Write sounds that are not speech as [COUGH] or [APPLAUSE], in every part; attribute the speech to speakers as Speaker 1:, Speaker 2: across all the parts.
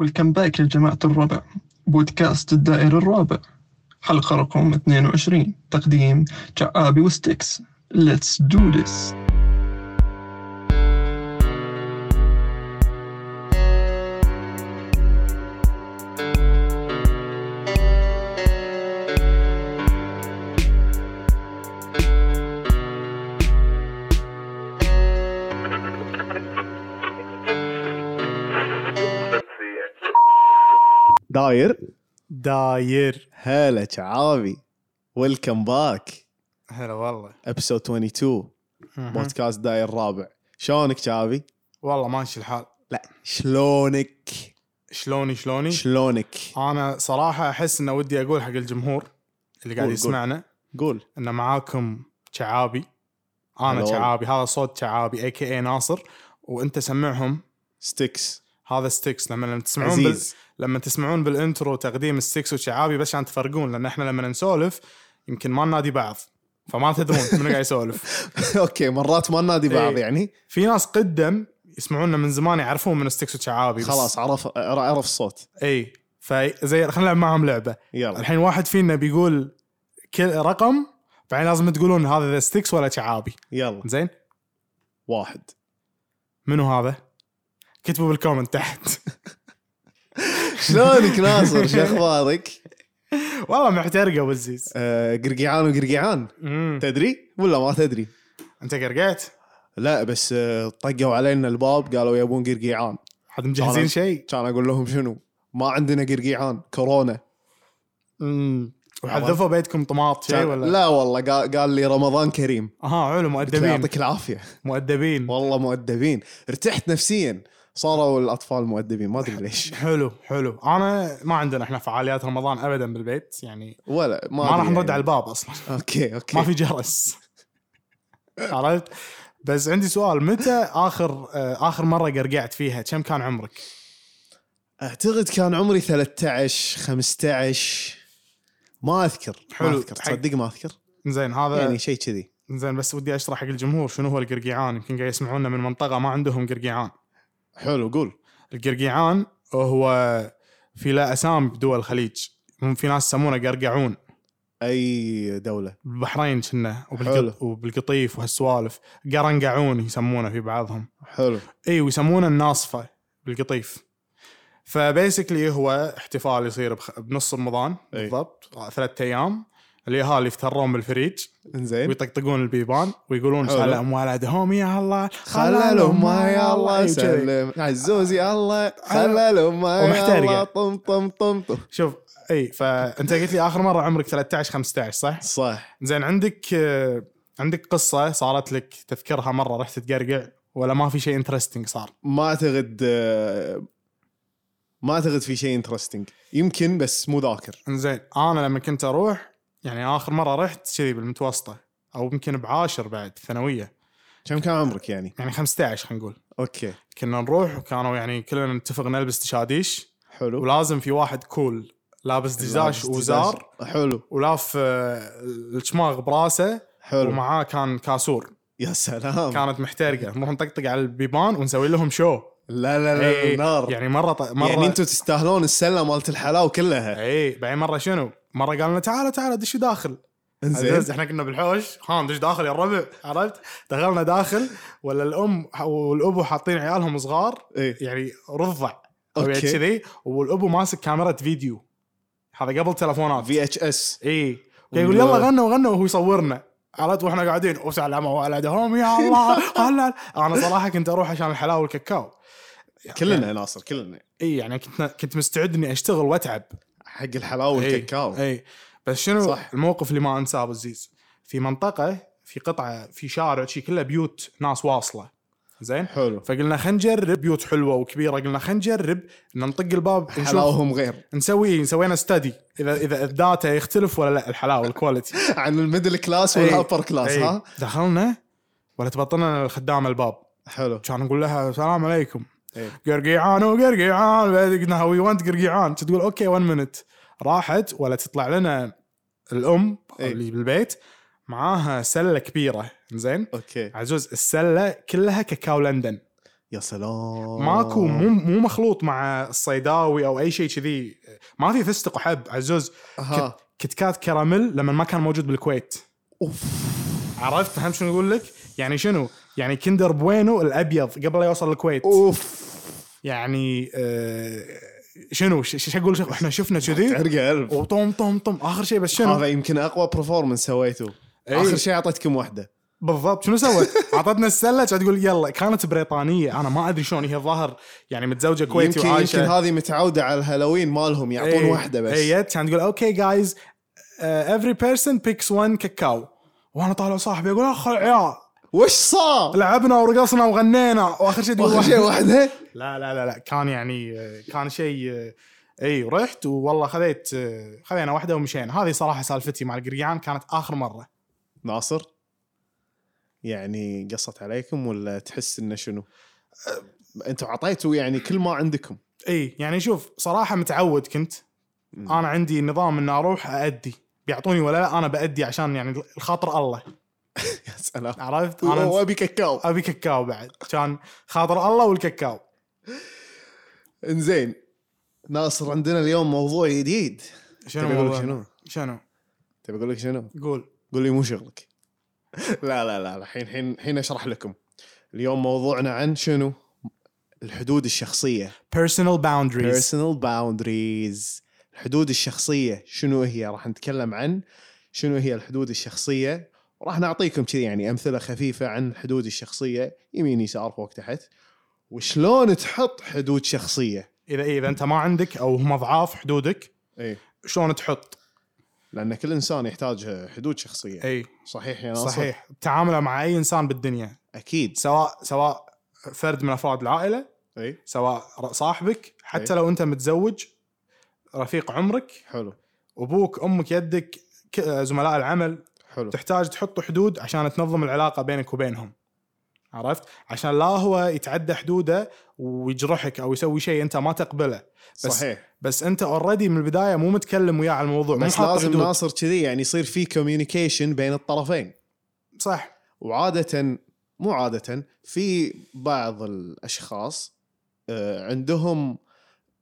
Speaker 1: والكمباك يا جماعة الربع بودكاست الدائر الرابع حلقة رقم 22 تقديم جعابي وستيكس Let's do this
Speaker 2: داير
Speaker 3: داير
Speaker 2: هلا شعابي ويلكم باك
Speaker 3: هلا والله
Speaker 2: ابسود 22 بودكاست داير رابع شلونك شعابي؟
Speaker 3: والله ماشي الحال
Speaker 2: لا شلونك
Speaker 3: شلوني شلوني
Speaker 2: شلونك
Speaker 3: انا صراحه احس انه ودي اقول حق الجمهور اللي
Speaker 2: قول-
Speaker 3: قاعد
Speaker 2: قول.
Speaker 3: يسمعنا
Speaker 2: قول
Speaker 3: ان معاكم شعابي
Speaker 2: هلا
Speaker 3: انا
Speaker 2: والله.
Speaker 3: شعابي هذا صوت شعابي اي كي اي ناصر وانت سمعهم
Speaker 2: [LAUGHS] ستيكس
Speaker 3: هذا ستيكس لما لما تسمعون بال...
Speaker 2: عزيز
Speaker 3: لما تسمعون بالانترو تقديم ستيكس وشعابي بس عشان تفرقون لان احنا لما نسولف يمكن ما ننادي بعض فما تدرون من قاعد
Speaker 2: [LAUGHS]
Speaker 3: يسولف
Speaker 2: اوكي مرات ما ننادي بعض
Speaker 3: إيه.
Speaker 2: يعني
Speaker 3: في ناس قدم يسمعونا من زمان يعرفون من ستيكس وشعابي بس-
Speaker 2: خلاص عرف عرف الصوت
Speaker 3: اي فزي خلينا نلعب معهم لعبه
Speaker 2: يلا
Speaker 3: الحين واحد فينا بيقول كل رقم بعدين لازم تقولون هذا ذا ستيكس ولا شعابي
Speaker 2: يلا
Speaker 3: زين
Speaker 2: واحد
Speaker 3: منو هذا كتبوا بالكومنت تحت [LAUGHS]
Speaker 2: شلونك ناصر شو اخبارك؟
Speaker 3: والله محترقه ابو الزيز
Speaker 2: آه، قرقيعان وقرقيعان
Speaker 3: أمم.
Speaker 2: تدري ولا ما تدري؟
Speaker 3: انت قرقعت
Speaker 2: لا بس آه، طقوا علينا الباب قالوا يبون قرقيعان
Speaker 3: حد مجهزين
Speaker 2: أنا-
Speaker 3: شيء
Speaker 2: كان اقول لهم شنو؟ ما عندنا قرقيعان كورونا
Speaker 3: أمم. وحذفوا بيتكم طماط شيء
Speaker 2: كان-
Speaker 3: ولا
Speaker 2: لا والله قال, قال لي رمضان كريم
Speaker 3: اها علو
Speaker 2: قلت له
Speaker 3: مؤدبين
Speaker 2: يعطيك العافيه
Speaker 3: مؤدبين
Speaker 2: والله مؤدبين ارتحت نفسيا صاروا الاطفال مؤدبين ما ادري ليش
Speaker 3: حلو حلو انا ما عندنا احنا فعاليات رمضان ابدا بالبيت يعني
Speaker 2: ولا ما,
Speaker 3: ما راح
Speaker 2: أدري
Speaker 3: نرد على
Speaker 2: يعني.
Speaker 3: الباب اصلا
Speaker 2: اوكي اوكي
Speaker 3: ما في جرس [LAUGHS] عرفت بس عندي سؤال متى اخر آه، اخر مره قرقعت فيها كم كان عمرك
Speaker 2: اعتقد كان عمري 13 15 ما اذكر ما
Speaker 3: حلو.
Speaker 2: اذكر
Speaker 3: حق-
Speaker 2: تصدق ما اذكر
Speaker 3: زين هذا
Speaker 2: يعني
Speaker 3: يعني
Speaker 2: شيء كذي
Speaker 3: زين بس ودي اشرح حق الجمهور شنو هو القرقيعان يمكن قاعد يسمعونا من منطقه ما عندهم قرقيعان
Speaker 2: حلو قول
Speaker 3: القرقيعان هو في له اسام بدول الخليج هم في ناس يسمونه قرقعون
Speaker 2: اي دوله
Speaker 3: بالبحرين كنا
Speaker 2: حلو.
Speaker 3: وبالقط... وبالقطيف وهالسوالف قرنقعون يسمونه في بعضهم
Speaker 2: حلو
Speaker 3: اي إيه، ويسمونه الناصفه بالقطيف فبيسكلي هو احتفال يصير بخ... بنص رمضان
Speaker 2: إي.
Speaker 3: بالضبط ثلاثة ايام الاهالي يفترون بالفريج
Speaker 2: انزين
Speaker 3: ويطقطقون البيبان ويقولون
Speaker 2: إيه. حلو.
Speaker 3: سهل اموال ادهم يا الله
Speaker 2: خلالهم ما يا الله
Speaker 3: إي وجذي.
Speaker 2: سلم عزوزي الله خلالهم ما يا
Speaker 3: ومحترقة.
Speaker 2: الله طم طم طم طم
Speaker 3: شوف اي فانت قلت لي اخر مره عمرك 13 15 صح؟
Speaker 2: صح
Speaker 3: زين عندك آه، عندك قصه صارت لك تذكرها مره رحت تقرقع ولا ما في شيء انترستنج صار؟
Speaker 2: ما اعتقد آه، ما اعتقد في شيء انترستنج يمكن بس مو ذاكر
Speaker 3: زين انا لما كنت اروح يعني اخر مره رحت كذي بالمتوسطه او يمكن بعاشر بعد ثانويه
Speaker 2: كم كان عمرك يعني
Speaker 3: يعني 15 خلينا نقول
Speaker 2: اوكي
Speaker 3: كنا نروح وكانوا يعني كلنا نتفق نلبس تشاديش
Speaker 2: حلو
Speaker 3: ولازم في واحد كول لابس دزاش وزار
Speaker 2: حلو
Speaker 3: ولاف آه، الشماغ براسه
Speaker 2: حلو
Speaker 3: ومعاه كان كاسور
Speaker 2: يا سلام
Speaker 3: كانت محترقه نروح نطقطق على البيبان ونسوي لهم شو
Speaker 2: لا لا لا
Speaker 3: إي،
Speaker 2: نار يعني,
Speaker 3: يعني مره ط- مره
Speaker 2: يعني انتم تستاهلون السله مالت الحلاوه كلها
Speaker 3: اي إيه، بعدين مره شنو؟ مره قال لنا تعالوا تعالوا دشوا داخل
Speaker 2: انزين
Speaker 3: عزيز احنا كنا بالحوش ها ندش داخل يا الربع عرفت؟ دخلنا داخل ولا الام ح- والابو حاطين عيالهم صغار
Speaker 2: إيه.
Speaker 3: يعني رضع او يعني
Speaker 2: اوكي
Speaker 3: كذي والابو ماسك كاميرا فيديو هذا قبل تلفونات
Speaker 2: في اتش اس
Speaker 3: اي كان يقول يلا غنوا غنوا وهو يصورنا عرفت واحنا قاعدين وسلام ولدهم
Speaker 2: [LAUGHS]
Speaker 3: يا الله هلا انا صراحه كنت اروح عشان الحلاوه والكاكاو
Speaker 2: كلنا يا ناصر كلنا
Speaker 3: اي يعني كنت كنت مستعد اني اشتغل واتعب
Speaker 2: حق الحلاوه
Speaker 3: إي،
Speaker 2: والكاكاو
Speaker 3: اي إيه، بس
Speaker 2: صح.
Speaker 3: شنو صح. الموقف اللي ما انساه ابو الزيز في منطقه في قطعه في شارع شي كله بيوت ناس واصله زين
Speaker 2: حلو
Speaker 3: فقلنا خلينا نجرب بيوت حلوه وكبيره قلنا خلينا نجرب إن نطق الباب نشوف
Speaker 2: حلاوهم غير
Speaker 3: نسوي سوينا استدي اذا اذا الداتا يختلف ولا لا الحلاوه الكواليتي
Speaker 2: عن الميدل كلاس
Speaker 3: إي.
Speaker 2: والابر كلاس
Speaker 3: إي.
Speaker 2: ها
Speaker 3: إيه. دخلنا ولا تبطلنا الخدامه الباب
Speaker 2: حلو
Speaker 3: كان نقول لها السلام عليكم
Speaker 2: إيه.
Speaker 3: قرقيعان وقرقيعان بعدين قلنا هاو يو ونت قرقيعان تقول اوكي 1 مينت راحت ولا تطلع لنا الام
Speaker 2: إيه.
Speaker 3: اللي بالبيت معاها سله كبيره زين
Speaker 2: اوكي
Speaker 3: عزوز السله كلها كاكاو لندن
Speaker 2: يا سلام
Speaker 3: ماكو مو مو مخلوط مع الصيداوي او اي شيء كذي ما في فستق وحب عزوز
Speaker 2: أها.
Speaker 3: كت كات كراميل لما ما كان موجود بالكويت
Speaker 2: اوف
Speaker 3: عرفت فهمت شنو اقول لك؟ يعني شنو؟ يعني كندر بوينو الابيض قبل لا يوصل الكويت
Speaker 2: اوف
Speaker 3: يعني آه شنو ش- ش- شو اقول شو- احنا شفنا كذي
Speaker 2: عرق قلب
Speaker 3: وطم طم طم اخر شيء بس شنو؟ إيه.
Speaker 2: هذا إيه. يمكن اقوى برفورمنس سويته
Speaker 3: إي.
Speaker 2: اخر شيء اعطيتكم واحده
Speaker 3: بالضبط شنو سوت؟ اعطتنا السله كانت تقول يلا كانت بريطانيه انا ما ادري شلون هي الظاهر يعني متزوجه كويتي
Speaker 2: يمكن
Speaker 3: وعايشه
Speaker 2: يمكن هذه متعوده على الهالوين مالهم يعطون
Speaker 3: إي،
Speaker 2: واحده بس
Speaker 3: اي يت، إيه. كانت تقول آه، اوكي جايز افري بيرسون بيكس 1 كاكاو وانا طالع صاحبي اقول اخ عيال
Speaker 2: وش صار؟
Speaker 3: لعبنا ورقصنا وغنينا واخر شيء تقول
Speaker 2: واخر شيء واحده
Speaker 3: لا لا لا لا كان يعني آه، كان شيء آه، اي رحت والله خذيت آه، خذينا واحده ومشينا هذه صراحه سالفتي مع القريان كانت اخر مره
Speaker 2: ناصر يعني قصت عليكم ولا تحس انه شنو؟ أه، انتوا اعطيتوا يعني كل ما عندكم
Speaker 3: اي يعني شوف صراحه متعود كنت
Speaker 2: مم.
Speaker 3: انا عندي نظام ان اروح اادي بيعطوني ولا لا انا بادي عشان يعني الخاطر الله
Speaker 2: [LAUGHS] يا سلام
Speaker 3: عرفت
Speaker 2: أيوة،
Speaker 3: انا
Speaker 2: وابي كاكاو
Speaker 3: ابي كاكاو بعد كان خاطر الله والكاكاو
Speaker 2: انزين ناصر عندنا اليوم موضوع جديد
Speaker 3: شنو
Speaker 2: تبي اقول لك
Speaker 3: موضوع؟
Speaker 2: شنو؟
Speaker 3: شنو
Speaker 2: تبي اقول لك شنو؟
Speaker 3: قول
Speaker 2: قول لي مو شغلك لا لا لا لا، الحين الحين الحين اشرح لكم اليوم موضوعنا عن شنو؟ الحدود الشخصيه
Speaker 3: personal boundaries
Speaker 2: personal boundaries الحدود الشخصيه شنو هي؟ راح نتكلم عن شنو هي الحدود الشخصيه وراح نعطيكم كذي يعني امثله خفيفه عن الحدود الشخصيه يمين يسار فوق تحت وشلون تحط حدود شخصيه
Speaker 3: اذا إيه اذا انت ما عندك او هم اضعاف حدودك
Speaker 2: اي
Speaker 3: شلون تحط
Speaker 2: لان كل انسان يحتاج حدود شخصيه
Speaker 3: اي
Speaker 2: صحيح يا ناصر
Speaker 3: صحيح تعامله مع اي انسان بالدنيا
Speaker 2: اكيد
Speaker 3: سواء سواء فرد من افراد العائله
Speaker 2: اي
Speaker 3: سواء ر- صاحبك حتى
Speaker 2: إي.
Speaker 3: لو انت متزوج رفيق عمرك
Speaker 2: حلو
Speaker 3: ابوك امك يدك ك- زملاء العمل
Speaker 2: حلو
Speaker 3: تحتاج تحط حدود عشان تنظم العلاقه بينك وبينهم عرفت عشان لا هو يتعدى حدوده ويجرحك او يسوي شيء انت ما تقبله بس-
Speaker 2: صحياه
Speaker 3: بس انت اوريدي من البدايه مو متكلم وياه على الموضوع مو
Speaker 2: بس
Speaker 3: حاط
Speaker 2: لازم
Speaker 3: حدود.
Speaker 2: ناصر كذي يعني يصير في كوميونيكيشن بين الطرفين
Speaker 3: صح
Speaker 2: وعاده مو عاده في بعض الاشخاص آه، عندهم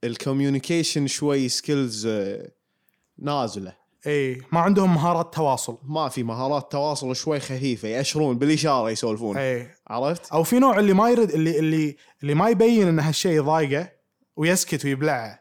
Speaker 2: الكوميونيكيشن شوي آه، سكيلز نازله
Speaker 3: اي إيه، ما عندهم مهارات تواصل
Speaker 2: ما في مهارات تواصل شوي خفيفه ياشرون بالاشاره يسولفون
Speaker 3: اي
Speaker 2: عرفت؟
Speaker 3: او في نوع اللي ما يرد اللي اللي اللي ما يبين ان هالشيء يضايقه ويسكت ويبلعه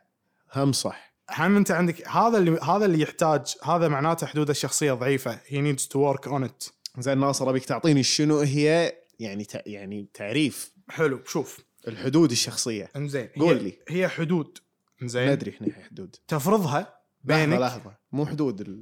Speaker 2: هم صح
Speaker 3: هم انت عندك هذا اللي هذا اللي يحتاج هذا معناته حدوده الشخصيه ضعيفه he needs to work on it
Speaker 2: زين ناصر ابيك تعطيني شنو هي يعني تع- يعني تعريف
Speaker 3: حلو شوف
Speaker 2: الحدود الشخصيه
Speaker 3: انزين هي-
Speaker 2: قول لي.
Speaker 3: هي حدود انزين
Speaker 2: ندري احنا حدود
Speaker 3: تفرضها
Speaker 2: لحظه
Speaker 3: بينك
Speaker 2: لحظه مو حدود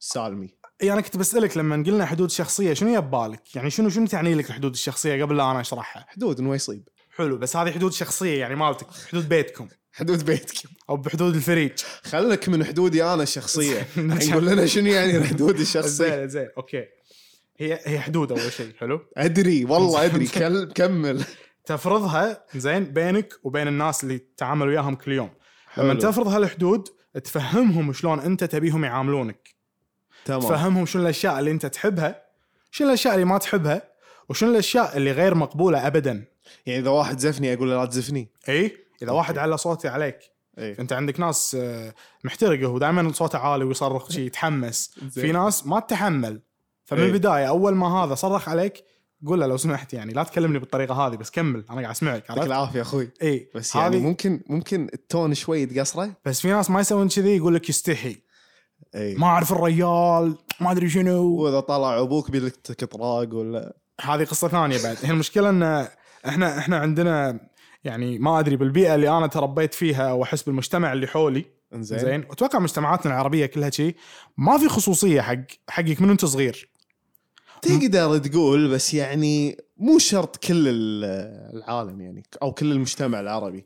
Speaker 2: السالمي
Speaker 3: اي انا كنت بسالك لما قلنا حدود شخصيه شنو هي ببالك؟ يعني شنو شنو تعني لك الحدود الشخصيه قبل لا انا اشرحها؟
Speaker 2: حدود انه يصيب
Speaker 3: حلو بس هذه حدود شخصيه يعني مالتك حدود بيتكم
Speaker 2: حدود [LAUGHS] بيتك
Speaker 3: او بحدود الفريق
Speaker 2: خلك من حدودي انا
Speaker 3: [LAUGHS]
Speaker 2: الشخصيه [LAUGHS] نقول لنا شنو يعني الحدود الشخصيه
Speaker 3: زين زين اوكي هي هي حدود اول شيء حلو
Speaker 2: ادري والله
Speaker 3: [LAUGHS]
Speaker 2: ادري كل كمل
Speaker 3: تفرضها زين بينك وبين الناس اللي تتعامل وياهم كل يوم لما
Speaker 2: حلو.
Speaker 3: تفرض هالحدود تفهمهم شلون انت تبيهم يعاملونك
Speaker 2: تمام
Speaker 3: تفهمهم شنو الاشياء اللي انت تحبها شنو الاشياء اللي ما تحبها وشنو الاشياء اللي غير مقبوله ابدا
Speaker 2: يعني اذا واحد زفني اقول له لا تزفني
Speaker 3: اي اذا واحد على صوتي عليك
Speaker 2: اي
Speaker 3: انت عندك ناس آه، محترقه ودائما صوته عالي ويصرخ شي يتحمس
Speaker 2: زين.
Speaker 3: في ناس ما تتحمل فمن
Speaker 2: إيه.
Speaker 3: البدايه اول ما هذا صرخ عليك قول له لو سمحت يعني لا تكلمني بالطريقه هذه بس كمل انا قاعد اسمعك
Speaker 2: يعطيك
Speaker 3: عرفت؟
Speaker 2: العافيه اخوي
Speaker 3: اي
Speaker 2: بس يعني
Speaker 3: هذه-
Speaker 2: ممكن ممكن التون شوي تقصره
Speaker 3: بس في ناس ما يسوون كذي يقول لك يستحي
Speaker 2: اي
Speaker 3: ما اعرف الريال ما ادري شنو
Speaker 2: واذا إيه. طلع ابوك بيقول لك كطراق ولا
Speaker 3: هذه قصه ثانيه بعد هي المشكله ان احنا احنا عندنا يعني ما ادري بالبيئه اللي انا تربيت فيها واحس بالمجتمع اللي حولي
Speaker 2: انزين زين
Speaker 3: زين واتوقع مجتمعاتنا العربيه كلها شيء ما في خصوصيه حق حقك من انت صغير
Speaker 2: تقدر تقول بس يعني مو شرط كل ال- العالم يعني او كل المجتمع العربي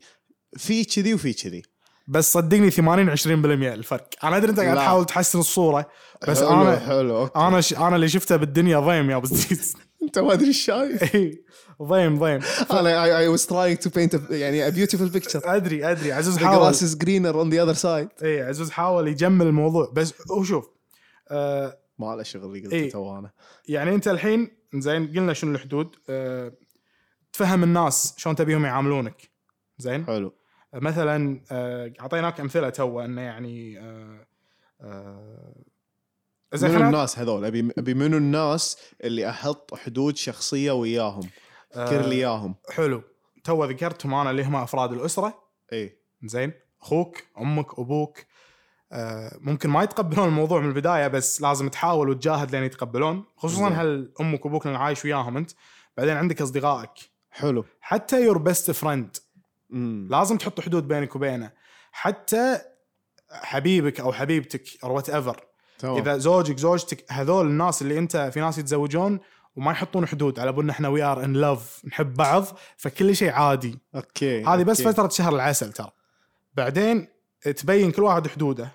Speaker 2: في كذي وفي كذي
Speaker 3: بس صدقني 80 20% الفرق انا ادري انت قاعد
Speaker 2: لا.
Speaker 3: تحاول تحسن الصوره بس
Speaker 2: حلو
Speaker 3: انا
Speaker 2: حلو أوكي.
Speaker 3: انا ش... انا اللي شفته بالدنيا ضيم يا إيه. ابو [LAUGHS] زيز
Speaker 2: انت ما ادري ايش [LAUGHS] شايف
Speaker 3: إي، ضيم ضيم
Speaker 2: انا I, I was trying to paint a, يعني a beautiful picture
Speaker 3: ادري ادري عزوز
Speaker 2: the
Speaker 3: حاول
Speaker 2: grass is greener on the other side
Speaker 3: اي عزوز حاول يجمل الموضوع بس هو شوف آه
Speaker 2: ما له شغل اللي
Speaker 3: إيه.
Speaker 2: قلته تو انا
Speaker 3: يعني انت الحين زين قلنا شنو الحدود آه تفهم الناس شلون تبيهم يعاملونك زين
Speaker 2: حلو
Speaker 3: مثلا آه، اعطيناك امثله تو انه يعني آه، آه، زين
Speaker 2: منو
Speaker 3: خلينا-
Speaker 2: الناس هذول ابي ابي منو الناس اللي احط حدود شخصيه وياهم
Speaker 3: آه،
Speaker 2: اذكر لي اياهم
Speaker 3: حلو تو ذكرتهم انا اللي هم افراد الاسره
Speaker 2: اي
Speaker 3: زين اخوك امك ابوك آه، ممكن ما يتقبلون الموضوع من البدايه بس لازم تحاول وتجاهد لين يتقبلون خصوصا
Speaker 2: زين.
Speaker 3: هل امك وابوك لان عايش وياهم انت بعدين عندك اصدقائك
Speaker 2: حلو
Speaker 3: حتى يور بيست فريند
Speaker 2: امم
Speaker 3: لازم تحط حدود بينك وبينه حتى حبيبك او حبيبتك او وات ايفر
Speaker 2: تمام
Speaker 3: اذا زوجك زوجتك هذول الناس اللي انت في ناس يتزوجون وما يحطون حدود على بنا احنا وي ار ان لاف نحب بعض فكل شيء عادي
Speaker 2: اوكي
Speaker 3: هذه بس
Speaker 2: أوكي.
Speaker 3: فتره شهر العسل ترى بعدين تبين كل واحد حدوده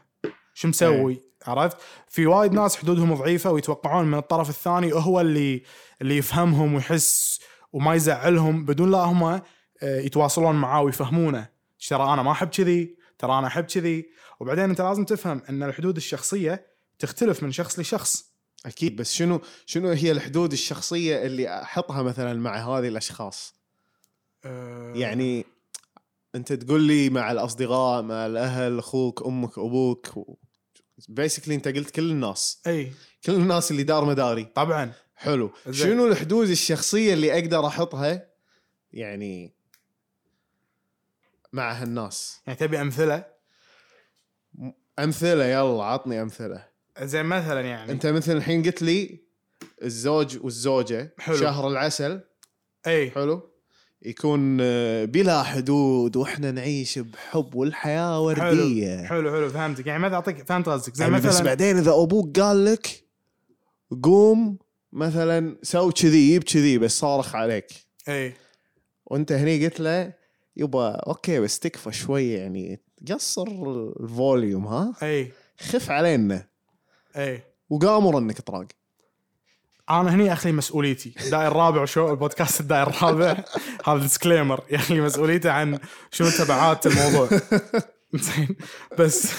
Speaker 3: شو
Speaker 2: إيه.
Speaker 3: مسوي عرفت في وايد ناس حدودهم ضعيفه ويتوقعون من الطرف الثاني هو اللي اللي يفهمهم ويحس وما يزعلهم بدون لا هم آه، يتواصلون معاه ويفهمونه إيش ترى انا ما احب كذي ترى انا احب كذي وبعدين انت لازم تفهم ان الحدود الشخصيه تختلف من شخص لشخص
Speaker 2: اكيد بس شنو شنو هي الحدود الشخصيه اللي احطها مثلا مع هذه الاشخاص
Speaker 3: آه،
Speaker 2: يعني انت تقول لي مع الاصدقاء مع الاهل اخوك امك ابوك بيسكلي انت قلت كل الناس
Speaker 3: اي
Speaker 2: كل الناس اللي دار مداري
Speaker 3: طبعا
Speaker 2: حلو
Speaker 3: إيه، زين.
Speaker 2: شنو الحدود الشخصيه اللي اقدر احطها يعني مع هالناس
Speaker 3: يعني تبي امثله
Speaker 2: امثله يلا عطني امثله
Speaker 3: زي مثلا يعني
Speaker 2: انت مثل الحين قلت لي الزوج والزوجه
Speaker 3: حلو.
Speaker 2: شهر العسل
Speaker 3: اي
Speaker 2: حلو يكون آه، بلا حدود واحنا نعيش بحب والحياه ورديه
Speaker 3: حلو حلو فهمتك يعني ماذا اعطيك فهمت قصدك زي
Speaker 2: يعني بس
Speaker 3: مثلا
Speaker 2: بعدين اذا ابوك قال لك قوم مثلا سو كذي جيب كذي بس صارخ عليك
Speaker 3: اي
Speaker 2: وانت هني قلت له يبا اوكي بس تكفى شوي يعني قصر الفوليوم ها
Speaker 3: اي
Speaker 2: خف علينا
Speaker 3: اي
Speaker 2: وقام ورنك طراق
Speaker 3: انا هني اخلي مسؤوليتي الدائر الرابع شو البودكاست الدائر الرابع [LAUGHS] هذا ديسكليمر يخلي مسؤوليته عن شنو تبعات الموضوع زين بس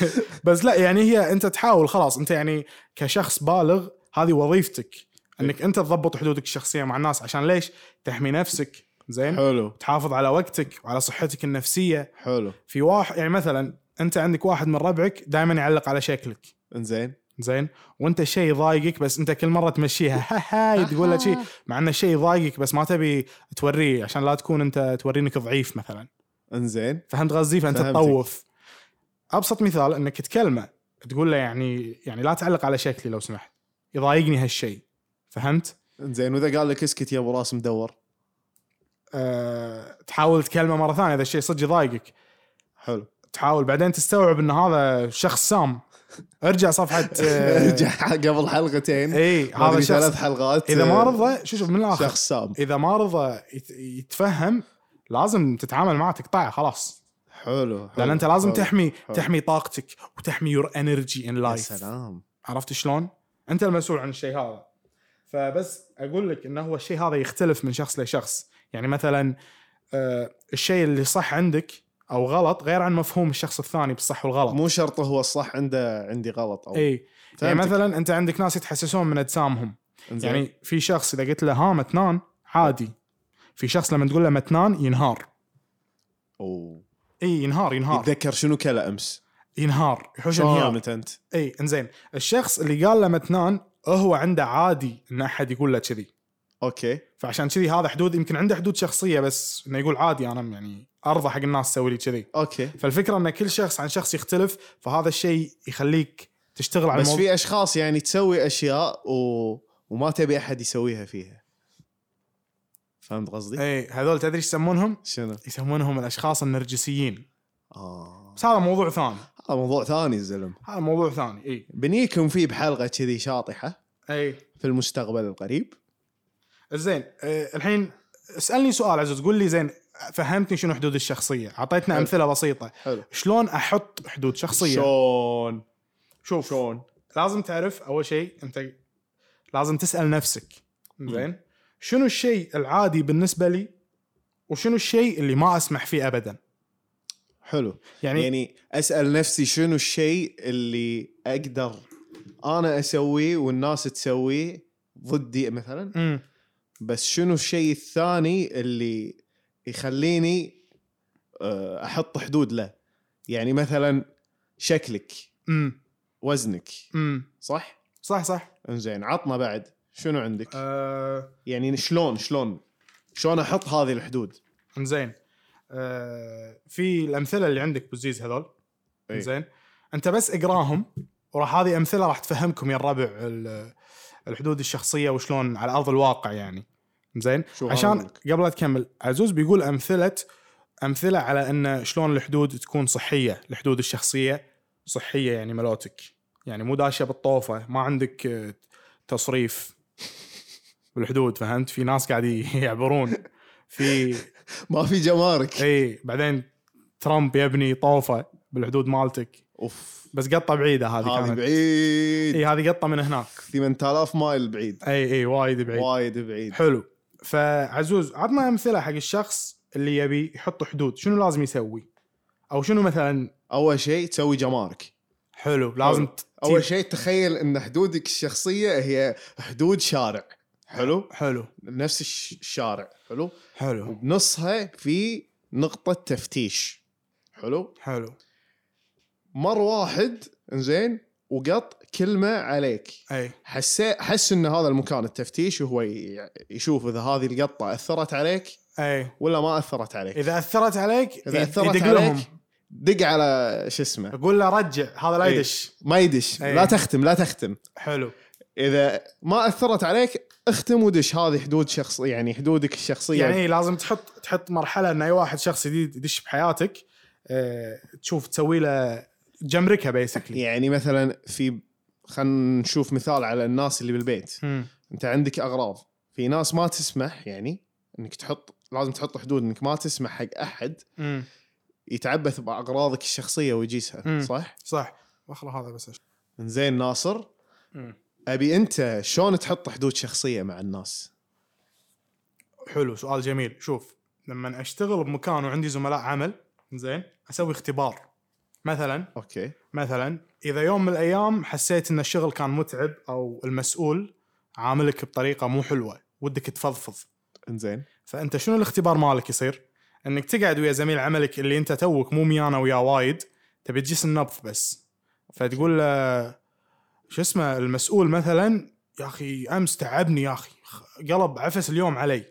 Speaker 3: بس لا يعني هي انت تحاول خلاص انت يعني كشخص بالغ هذه وظيفتك انك انت تضبط حدودك الشخصيه مع الناس عشان ليش؟ تحمي نفسك زين
Speaker 2: حلو
Speaker 3: تحافظ على وقتك وعلى صحتك النفسيه
Speaker 2: حلو
Speaker 3: في واحد يعني مثلا انت عندك واحد من ربعك دائما يعلق على شكلك
Speaker 2: انزين
Speaker 3: زين وانت الشيء يضايقك بس انت كل مره تمشيها [LAUGHS] ها ها تقول له شيء مع ان الشيء يضايقك بس ما تبي توريه عشان لا تكون انت تورينك ضعيف مثلا
Speaker 2: انزين
Speaker 3: فهمت قصدي فانت
Speaker 2: فهمتك.
Speaker 3: تطوف ابسط مثال انك تكلمه تقول له يعني يعني لا تعلق على شكلي لو سمحت يضايقني هالشيء فهمت؟
Speaker 2: انزين واذا قال لك اسكت يا ابو راس [LAUGHS] مدور
Speaker 3: أه تحاول تكلمه مره ثانيه اذا الشيء صدق يضايقك
Speaker 2: حلو
Speaker 3: تحاول بعدين تستوعب ان هذا شخص سام ارجع صفحه
Speaker 2: [LAUGHS]
Speaker 3: آه،
Speaker 2: رجع قبل حلقتين
Speaker 3: اي
Speaker 2: هذا
Speaker 3: هذا شخص
Speaker 2: ثلاث حلقات
Speaker 3: اذا ما
Speaker 2: آه،
Speaker 3: رضى شو شوف من الاخر
Speaker 2: شخص سام
Speaker 3: اذا ما رضى يت- يتفهم لازم تتعامل معه تقطعه خلاص
Speaker 2: حلو حلو،
Speaker 3: لان انت لازم
Speaker 2: حلو.
Speaker 3: تحمي
Speaker 2: حلو.
Speaker 3: تحمي طاقتك وتحمي يور انرجي ان
Speaker 2: يا
Speaker 3: لايف
Speaker 2: سلام
Speaker 3: عرفت شلون؟ انت المسؤول عن الشيء هذا فبس اقول لك انه هو الشيء هذا يختلف من شخص لشخص يعني مثلا آه الشيء اللي صح عندك او غلط غير عن مفهوم الشخص الثاني بالصح والغلط
Speaker 2: مو شرط هو الصح عنده عندي غلط او
Speaker 3: اي يعني
Speaker 2: فهمتك.
Speaker 3: مثلا انت عندك ناس يتحسسون من اجسامهم
Speaker 2: إنزين.
Speaker 3: يعني في شخص اذا قلت له ها متنان عادي في شخص لما تقول له متنان ينهار
Speaker 2: أوه.
Speaker 3: اي ينهار ينهار
Speaker 2: يتذكر شنو كلا امس
Speaker 3: ينهار يحوش
Speaker 2: شلون
Speaker 3: انهيار
Speaker 2: قامت انت
Speaker 3: اي انزين الشخص اللي قال له متنان هو عنده عادي ان احد يقول له كذي
Speaker 2: اوكي
Speaker 3: فعشان كذي هذا حدود يمكن عنده حدود شخصيه بس انه يقول عادي انا يعني ارضى حق الناس تسوي لي كذي
Speaker 2: اوكي
Speaker 3: فالفكره ان كل شخص عن شخص يختلف فهذا الشيء يخليك تشتغل على
Speaker 2: بس
Speaker 3: الموضوع
Speaker 2: في اشخاص يعني تسوي اشياء و... وما تبي احد يسويها فيها فهمت قصدي؟
Speaker 3: اي هذول تدري ايش يسمونهم؟
Speaker 2: شنو؟
Speaker 3: يسمونهم الاشخاص النرجسيين
Speaker 2: اه
Speaker 3: بس هذا موضوع ثاني
Speaker 2: هذا موضوع ثاني الزلم
Speaker 3: هذا موضوع ثاني اي
Speaker 2: بنيكم فيه بحلقه كذي شاطحه
Speaker 3: اي
Speaker 2: في المستقبل القريب
Speaker 3: زين آه الحين اسالني سؤال عزوز قول لي زين فهمتني شنو حدود الشخصيه اعطيتنا
Speaker 2: حلو.
Speaker 3: امثله بسيطه
Speaker 2: حلو
Speaker 3: شلون احط حدود شخصيه
Speaker 2: شلون شوف شلون
Speaker 3: لازم تعرف اول شيء انت لازم تسال نفسك زين شنو الشيء العادي بالنسبه لي وشنو الشيء اللي ما اسمح فيه ابدا
Speaker 2: حلو يعني,
Speaker 3: يعني, يعني
Speaker 2: يعني اسال نفسي شنو الشيء اللي اقدر انا اسويه والناس تسويه ضدي مثلا
Speaker 3: امم
Speaker 2: بس شنو الشيء الثاني اللي يخليني آه، احط حدود له يعني مثلا شكلك
Speaker 3: امم
Speaker 2: وزنك
Speaker 3: امم
Speaker 2: صح
Speaker 3: صح صح
Speaker 2: انزين عطنا بعد شنو عندك
Speaker 3: آه
Speaker 2: يعني شلون شلون شلون احط هذه الحدود
Speaker 3: زين آه في الامثله اللي عندك بوزيز هذول
Speaker 2: إيه.
Speaker 3: زين انت بس اقراهم وراح هذه امثله راح تفهمكم يا الربع ال- الحدود الشخصيه وشلون على ارض الواقع يعني زين
Speaker 2: شو هذا
Speaker 3: عشان
Speaker 2: عندك؟
Speaker 3: قبل لا تكمل عزوز بيقول امثله امثله على ان شلون الحدود تكون صحيه الحدود الشخصيه صحيه يعني ملوتك يعني مو داشه بالطوفه ما عندك آه، تصريف بالحدود فهمت في ناس قاعد يعبرون في
Speaker 2: ما في جمارك
Speaker 3: اي إيه، بعدين ترامب يبني طوفه بالحدود مالتك
Speaker 2: اوف
Speaker 3: بس قطه بعيده هذه
Speaker 2: هذه
Speaker 3: كانت إيه.
Speaker 2: بعيد
Speaker 3: اي هذه قطه من هناك
Speaker 2: 8000 مايل بعيد
Speaker 3: اي اي وايد بعيد
Speaker 2: وايد بعيد
Speaker 3: حلو فعزوز عطنا امثله حق الشخص اللي يبي يحط حدود شنو لازم يسوي او شنو مثلا
Speaker 2: اول شيء تسوي جمارك
Speaker 3: حلو لازم
Speaker 2: حلو. اول شيء تخيل ان حدودك الشخصيه هي حدود شارع حلو
Speaker 3: حلو
Speaker 2: نفس الش- الشارع حلو
Speaker 3: حلو
Speaker 2: وبنصها في نقطه تفتيش حلو
Speaker 3: حلو
Speaker 2: مر واحد انزين وقط كلمه عليك
Speaker 3: اي
Speaker 2: حسيت حس ان هذا المكان التفتيش وهو ي- يشوف اذا هذه القطه اثرت عليك
Speaker 3: اي
Speaker 2: ولا ما اثرت عليك
Speaker 3: اذا اثرت إيه. عليك
Speaker 2: اذا
Speaker 3: ي-
Speaker 2: اثرت
Speaker 3: يدق
Speaker 2: عليك دق على شو اسمه
Speaker 3: اقول له رجع هذا لا
Speaker 2: إي.
Speaker 3: يدش إيه.
Speaker 2: ما يدش
Speaker 3: أي.
Speaker 2: لا تختم لا تختم
Speaker 3: حلو
Speaker 2: اذا ما اثرت عليك اختم ودش هذه حدود شخص يعني حدودك الشخصيه
Speaker 3: يعني لازم تحط تحط مرحله ان اي واحد شخص جديد يدش بحياتك آه، تشوف تسوي له جمركه بيسكلي
Speaker 2: يعني مثلا في خلينا نشوف مثال على الناس اللي بالبيت انت عندك اغراض في ناس ما تسمح يعني انك تحط لازم تحط حدود انك ما تسمح حق احد يتعبث باغراضك الشخصيه
Speaker 3: مم.
Speaker 2: ويجيسها صح
Speaker 3: صح واخر هذا بس أش-
Speaker 2: زين ناصر
Speaker 3: مم.
Speaker 2: ابي انت شلون تحط حدود شخصيه مع الناس
Speaker 3: حلو سؤال جميل شوف لما اشتغل بمكان وعندي زملاء عمل زين اسوي اختبار مثلا
Speaker 2: اوكي
Speaker 3: مثلا اذا يوم من الايام حسيت ان الشغل كان متعب او المسؤول عاملك بطريقه مو حلوه ودك تفضفض
Speaker 2: انزين
Speaker 3: فانت شنو الاختبار مالك يصير؟ انك تقعد ويا زميل عملك اللي انت توك مو ميانه وياه وايد تبي تجيس النبض بس فتقول له شو اسمه المسؤول مثلا يا اخي امس تعبني يا اخي خ- قلب عفس اليوم علي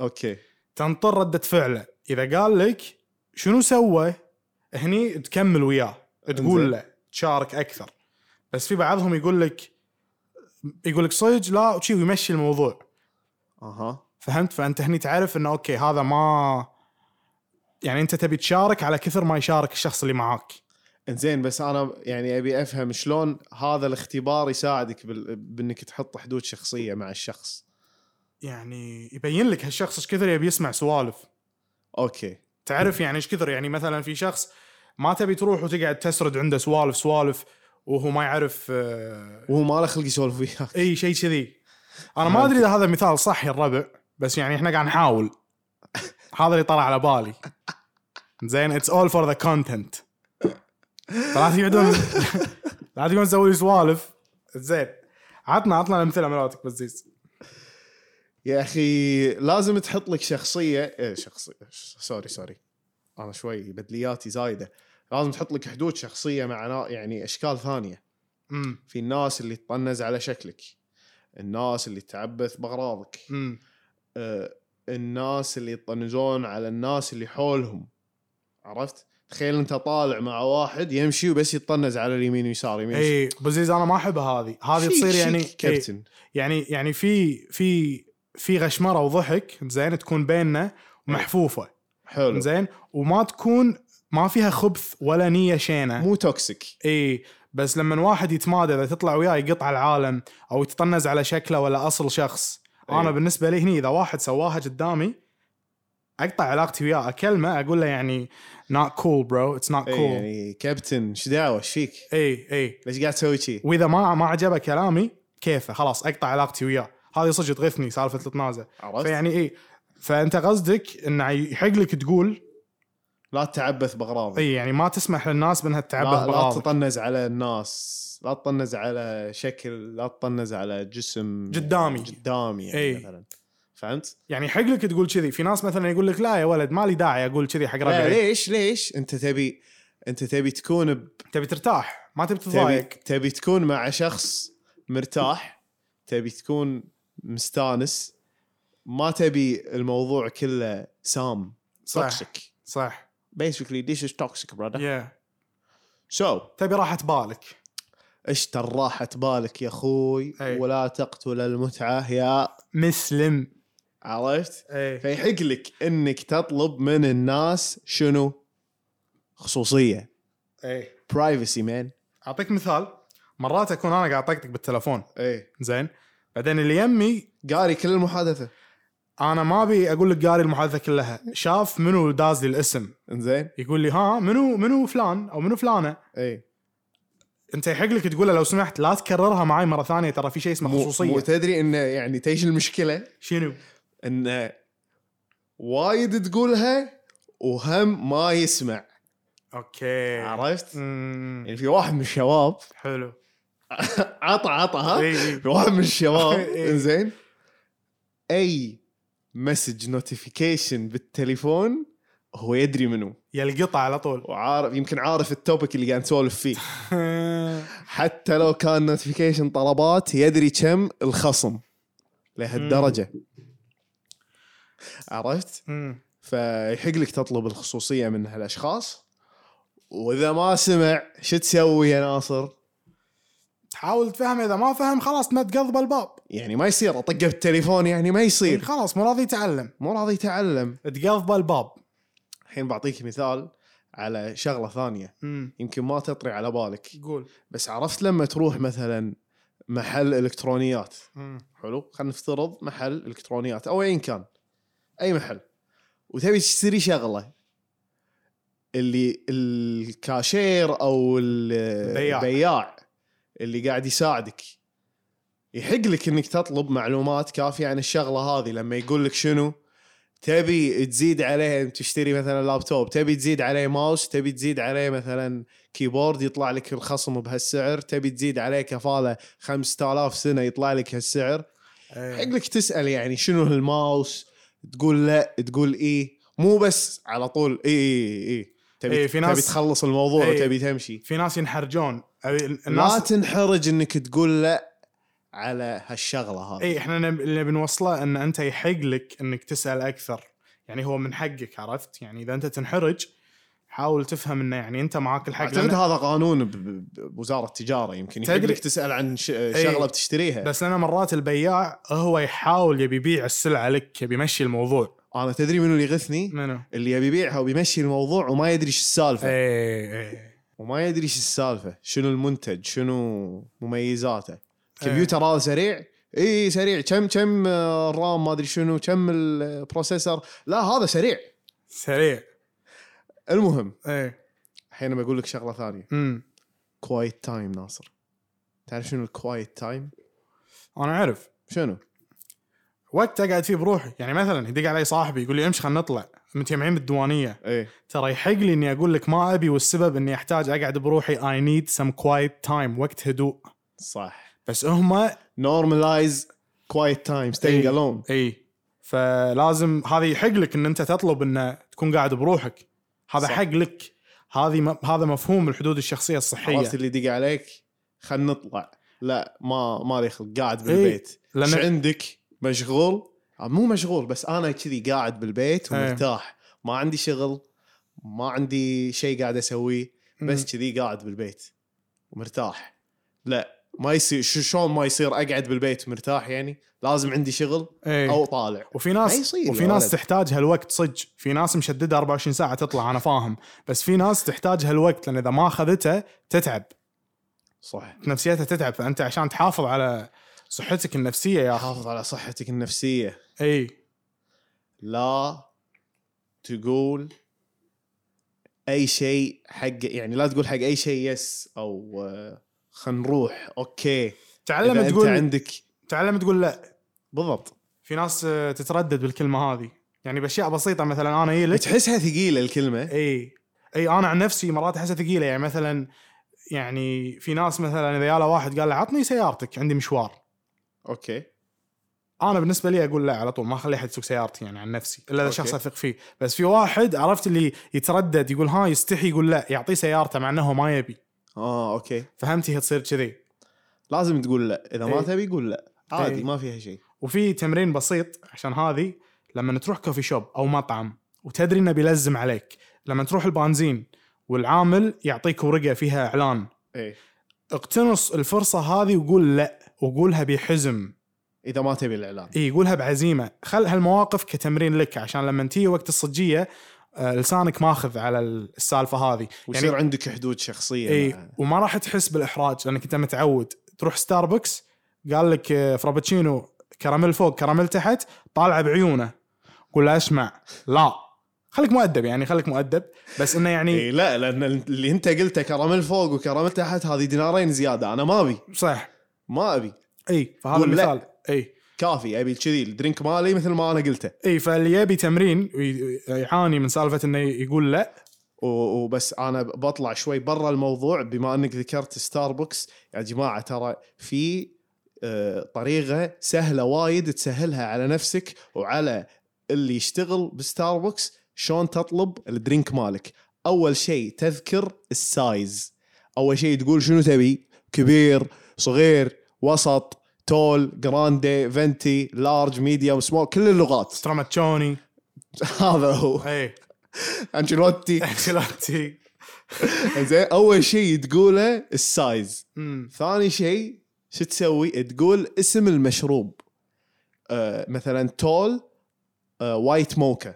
Speaker 2: اوكي
Speaker 3: تنطر رده فعله اذا قال لك شنو سوى هني تكمل وياه تقول
Speaker 2: انزين.
Speaker 3: له تشارك اكثر بس في بعضهم يقول لك يقول لك صيج لا وشي ويمشي الموضوع
Speaker 2: اها
Speaker 3: فهمت فانت هني تعرف انه اوكي هذا ما يعني انت تبي تشارك على كثر ما يشارك الشخص اللي معاك
Speaker 2: انزين بس انا يعني ابي افهم شلون هذا الاختبار يساعدك بال... بانك تحط حدود شخصيه مع الشخص
Speaker 3: يعني يبين لك هالشخص ايش كثر يبي يسمع سوالف
Speaker 2: اوكي
Speaker 3: تعرف يعني ايش كثر يعني مثلا في شخص ما تبي تروح وتقعد تسرد عنده سوالف سوالف وهو ما يعرف آه،
Speaker 2: وهو ما له خلق يسولف وياك [LAUGHS]
Speaker 3: اي شيء كذي انا ما ادري اذا هذا مثال صح يا الربع بس يعني احنا قاعد نحاول هذا اللي طلع على بالي زين اتس اول فور ذا كونتنت لا تقعدون لا تقعدون تسوي لي سوالف زين عطنا عطنا الامثله مراتك بزيز
Speaker 2: يا اخي لازم تحط لك شخصيه إيه شخصيه سوري سوري انا شوي بدلياتي زايده لازم تحط لك حدود شخصيه مع نا- يعني اشكال ثانيه
Speaker 3: امم
Speaker 2: في الناس اللي تطنز على شكلك الناس اللي تعبث باغراضك
Speaker 3: امم
Speaker 2: آه، الناس اللي يطنزون على الناس اللي حولهم عرفت تخيل انت طالع مع واحد يمشي وبس يطنز على اليمين ويسار يمين ويسار.
Speaker 3: اي بزيز انا ما احبها هذه إيه، هذه
Speaker 2: شيك-
Speaker 3: تصير
Speaker 2: شيك
Speaker 3: يعني إي.
Speaker 2: كابتن
Speaker 3: يعني يعني في في في غشمره وضحك زين تكون بيننا محفوفه
Speaker 2: حلو
Speaker 3: زين وما تكون ما فيها خبث ولا نيه شينه
Speaker 2: مو إيه، توكسيك
Speaker 3: اي بس لما واحد يتمادى اذا تطلع وياه يقطع العالم او يتطنز على شكله ولا اصل شخص
Speaker 2: إي.
Speaker 3: انا بالنسبه لي هني اذا واحد سواها قدامي اقطع علاقتي وياه اكلمه اقول له يعني not cool bro it's not
Speaker 2: إي،
Speaker 3: cool
Speaker 2: يعني كابتن ايش دعوه ايش فيك؟
Speaker 3: اي اي
Speaker 2: ليش قاعد تسوي شي؟
Speaker 3: واذا ما ما عجبه كلامي كيفه خلاص اقطع علاقتي وياه هذه صدق تغثني سالفه التنازع
Speaker 2: عرفت؟
Speaker 3: فيعني اي فانت قصدك انه يحق لك تقول
Speaker 2: لا تتعبث باغراضك
Speaker 3: اي يعني ما تسمح للناس بانها
Speaker 2: لا,
Speaker 3: تتعبد
Speaker 2: لا
Speaker 3: بغاضك
Speaker 2: تطنز على الناس لا تطنز على شكل لا تطنز على جسم
Speaker 3: قدامي.
Speaker 2: قدامي يعني
Speaker 3: إي.
Speaker 2: مثلا فهمت؟
Speaker 3: يعني حق لك تقول كذي في ناس مثلا يقول لك لا يا ولد ما لي داعي اقول كذي حق
Speaker 2: لا
Speaker 3: ربعي
Speaker 2: إيه، ليش ليش انت تبي انت تبي تكون ب...
Speaker 3: تبي ترتاح ما تبي
Speaker 2: تبي
Speaker 3: تتضايق
Speaker 2: تبي تكون مع شخص مرتاح تبي تكون مستانس ما تبي الموضوع كله سام
Speaker 3: صح
Speaker 2: توكسيك
Speaker 3: صح
Speaker 2: basically this is toxic brother
Speaker 3: yeah.
Speaker 2: so
Speaker 3: تبي راحه بالك
Speaker 2: اشتر راحة بالك يا اخوي
Speaker 3: أي.
Speaker 2: ولا تقتل المتعة يا
Speaker 3: مسلم
Speaker 2: عرفت
Speaker 3: ايه
Speaker 2: فيحق لك انك تطلب من الناس شنو خصوصية
Speaker 3: ايه
Speaker 2: privacy man
Speaker 3: اعطيك مثال مرات اكون انا قاعد اطقطق بالتلفون
Speaker 2: اي
Speaker 3: زين بعدين اللي يمي
Speaker 2: قاري كل المحادثة
Speaker 3: انا ما ابي اقول لك قاري المحادثه كلها شاف منو داز لي الاسم
Speaker 2: انزين
Speaker 3: يقول لي ها منو منو فلان او منو فلانه
Speaker 2: اي
Speaker 3: انت يحق لك تقول له لو سمحت لا تكررها معي مره ثانيه ترى في شيء اسمه
Speaker 2: مو, مو
Speaker 3: خصوصيه
Speaker 2: تدري انه يعني تيش المشكلة
Speaker 3: شنو
Speaker 2: انه وايد تقولها وهم ما يسمع
Speaker 3: اوكي
Speaker 2: عرفت؟
Speaker 3: أمم،
Speaker 2: يعني في واحد من الشباب [LAUGHS]
Speaker 3: حلو إيه،
Speaker 2: عطى عطى ها
Speaker 3: إي، إي.
Speaker 2: في واحد من الشباب
Speaker 3: إيه.
Speaker 2: زين اي مسج نوتيفيكيشن بالتليفون هو يدري منه
Speaker 3: يلقطها على
Speaker 2: [LAUGHS]
Speaker 3: طول
Speaker 2: وعارف يمكن عارف التوبك اللي قاعد نسولف فيه حتى لو كان نوتيفيكيشن طلبات يدري كم الخصم لهالدرجه عرفت
Speaker 3: أمم،
Speaker 2: فيحق لك تطلب الخصوصيه من هالاشخاص واذا ما سمع شو تسوي يا ناصر
Speaker 3: تحاول تفهم اذا ما فهم خلاص تمد قضب الباب
Speaker 2: يعني ما يصير اطقه بالتليفون يعني ما يصير
Speaker 3: خلاص مو راضي يتعلم
Speaker 2: مو راضي يتعلم
Speaker 3: تقضب الباب
Speaker 2: الحين بعطيك مثال على شغله ثانيه
Speaker 3: امم
Speaker 2: يمكن ما تطري على بالك
Speaker 3: يقول
Speaker 2: بس عرفت لما تروح مثلا محل الكترونيات حلو خلينا نفترض محل الكترونيات او ايا كان اي محل وتبي تشتري شغله اللي الكاشير او ال-
Speaker 3: البياع.
Speaker 2: البياع اللي قاعد يساعدك يحق لك انك تطلب معلومات كافيه عن الشغله هذه لما يقول لك شنو تبي تزيد عليه تشتري مثلا لابتوب تبي تزيد عليه ماوس تبي تزيد عليه مثلا كيبورد يطلع لك الخصم بهالسعر تبي تزيد عليه كفاله 5000 سنه يطلع لك هالسعر
Speaker 3: إيه.
Speaker 2: حق لك تسال يعني شنو هالماوس تقول لا تقول ايه مو بس على طول إيه، اي اي اي تبي
Speaker 3: إيه، في ناس-
Speaker 2: تبي تخلص الموضوع
Speaker 3: إيه.
Speaker 2: وتبي تمشي
Speaker 3: في ناس ينحرجون أي-
Speaker 2: لا
Speaker 3: الناس
Speaker 2: تنحرج انك تقول لا على هالشغله هذه
Speaker 3: اي احنا إيه، نب- اللي بنوصله ان انت يحق لك انك تسال اكثر يعني هو من حقك عرفت يعني اذا انت تنحرج حاول تفهم انه يعني انت معاك الحق
Speaker 2: اعتقد
Speaker 3: لأن-
Speaker 2: هذا قانون ب- ب- بوزاره التجاره يمكن يحق
Speaker 3: تدري- إيه.
Speaker 2: لك تسال عن ش... شغله بتشتريها
Speaker 3: بس انا مرات البياع هو يحاول يبي يبيع السلعه لك يبي يمشي الموضوع
Speaker 2: انا تدري منو اللي يغثني
Speaker 3: منو؟
Speaker 2: اللي يبي يبيعها وبيمشي الموضوع وما يدري ايش السالفه
Speaker 3: اي اي
Speaker 2: وما يدري ايش السالفه شنو المنتج شنو مميزاته كمبيوتر هذا سريع اي سريع كم كم آه، الرام ما ادري شنو كم البروسيسور لا هذا سريع
Speaker 3: سريع
Speaker 2: المهم
Speaker 3: اي
Speaker 2: الحين بقول لك شغله ثانيه
Speaker 3: امم
Speaker 2: كوايت تايم ناصر تعرف شنو الكوايت تايم
Speaker 3: انا اعرف
Speaker 2: شنو
Speaker 3: وقت اقعد فيه بروحي يعني مثلا يدق علي صاحبي يقول لي امشي خلينا نطلع متجمعين بالديوانيه
Speaker 2: ايه
Speaker 3: ترى يحق لي اني اقول لك ما ابي والسبب اني احتاج اقعد بروحي اي نيد سم كوايت تايم وقت هدوء
Speaker 2: صح
Speaker 3: بس هم
Speaker 2: نورماليز كوايت تايم ستينج
Speaker 3: إيه.
Speaker 2: الون
Speaker 3: اي فلازم هذا يحق لك ان انت تطلب ان تكون قاعد بروحك هذا
Speaker 2: صح.
Speaker 3: حق لك هذه م... هذا مفهوم الحدود الشخصيه الصحيه
Speaker 2: عرفت اللي دق عليك خلينا نطلع لا ما ما لي خلق قاعد
Speaker 3: إيه.
Speaker 2: بالبيت
Speaker 3: لأن-
Speaker 2: لأن... شو عندك مشغول آه، مو مشغول بس انا كذي قاعد بالبيت
Speaker 3: إيه.
Speaker 2: ومرتاح ما عندي شغل ما عندي شيء قاعد اسويه بس كذي قاعد بالبيت ومرتاح لا ما يصير شو شلون ما يصير اقعد بالبيت مرتاح يعني لازم عندي شغل
Speaker 3: إيه.
Speaker 2: او طالع
Speaker 3: وفي
Speaker 2: ما
Speaker 3: ناس
Speaker 2: يصير
Speaker 3: وفي
Speaker 2: يا
Speaker 3: ناس
Speaker 2: ولد.
Speaker 3: تحتاج هالوقت صدق في ناس مشدده 24 ساعه تطلع انا فاهم بس في ناس تحتاج هالوقت لان اذا ما اخذته تتعب
Speaker 2: صح
Speaker 3: نفسيتها تتعب فانت عشان تحافظ على صحتك النفسيه يا اخي
Speaker 2: حافظ على صحتك النفسيه
Speaker 3: اي
Speaker 2: لا تقول اي شيء حق يعني لا تقول حق اي شيء يس او آه، خلينا نروح اوكي
Speaker 3: تعلم
Speaker 2: اذا
Speaker 3: تقول
Speaker 2: انت عندك
Speaker 3: تعلم تقول لا
Speaker 2: بالضبط
Speaker 3: في ناس آه، تتردد بالكلمه هذه يعني باشياء بسيطه مثلا انا اجي لك
Speaker 2: تحسها ثقيله الكلمه
Speaker 3: اي اي انا عن نفسي مرات احسها ثقيله يعني مثلا يعني في ناس مثلا اذا ياله واحد قال له عطني سيارتك عندي مشوار
Speaker 2: اوكي
Speaker 3: انا بالنسبه لي اقول لا على طول ما اخلي احد يسوق سيارتي يعني عن نفسي الا اذا
Speaker 2: أوكي.
Speaker 3: شخص اثق فيه بس في واحد عرفت اللي يتردد يقول ها يستحي يقول لا يعطيه سيارته مع انه ما يبي
Speaker 2: اه اوكي
Speaker 3: فهمتي هي تصير كذي
Speaker 2: لازم تقول لا اذا ما
Speaker 3: إيه.
Speaker 2: تبي قول لا عادي
Speaker 3: إيه.
Speaker 2: ما فيها شيء
Speaker 3: وفي تمرين بسيط عشان هذه لما تروح كوفي شوب او مطعم وتدري انه بيلزم عليك لما تروح البنزين والعامل يعطيك ورقه فيها اعلان
Speaker 2: ايه
Speaker 3: اقتنص الفرصه هذه وقول لا وقولها بحزم
Speaker 2: اذا ما تبي الاعلان
Speaker 3: اي قولها بعزيمه إيه، خل هالمواقف كتمرين لك عشان لما تيجي وقت الصجيه آه، لسانك ماخذ على السالفه هذه
Speaker 2: ويصير عندك حدود شخصيه
Speaker 3: اي
Speaker 2: مع-
Speaker 3: وما راح تحس بالاحراج لانك انت متعود تروح ستاربكس قال لك آه، فرابتشينو كراميل فوق كراميل تحت طالعه بعيونه قول له اسمع لا خليك مؤدب يعني خليك مؤدب بس انه يعني
Speaker 2: إيه لا لان اللي انت قلته كراميل فوق وكراميل تحت هذه دينارين زياده انا ما ابي
Speaker 3: صح
Speaker 2: ما ابي
Speaker 3: اي إيه، فهذا إيه.
Speaker 2: قول لا.
Speaker 3: مثال اي
Speaker 2: كافي ابي كذي الدرينك مالي مثل ما انا قلته
Speaker 3: اي إيه، فاللي يبي تمرين وي- يعاني من سالفه انه يقول لا
Speaker 2: و- وبس انا بطلع شوي برا الموضوع بما انك ذكرت ستاربكس يا جماعه ترى في آه، طريقه سهله وايد تسهلها على نفسك وعلى اللي يشتغل بستاربكس شلون تطلب الدرينك مالك اول شيء تذكر السايز اول شيء تقول شنو تبي كبير صغير وسط تول جراندي فنتي لارج ميديوم سمول كل اللغات [LAUGHS]
Speaker 3: ستراماتشوني
Speaker 2: هذا هو
Speaker 3: [LAUGHS] اي
Speaker 2: انشيلوتي
Speaker 3: انشيلوتي
Speaker 2: زين اول شيء تقوله السايز
Speaker 3: أمم.
Speaker 2: ثاني شيء شو تسوي تقول اسم المشروب آه مثلا تول آه وايت موكا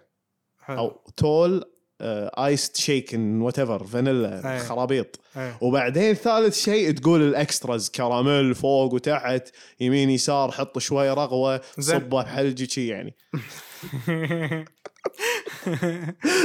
Speaker 3: حلو.
Speaker 2: او تول آه ايست شيك وات ايفر فانيلا
Speaker 3: أي.
Speaker 2: خرابيط
Speaker 3: إيه.
Speaker 2: وبعدين ثالث شيء تقول الاكستراز كراميل فوق وتحت يمين يسار حط شوي رغوه
Speaker 3: زين.
Speaker 2: صبه بحلجي شي يعني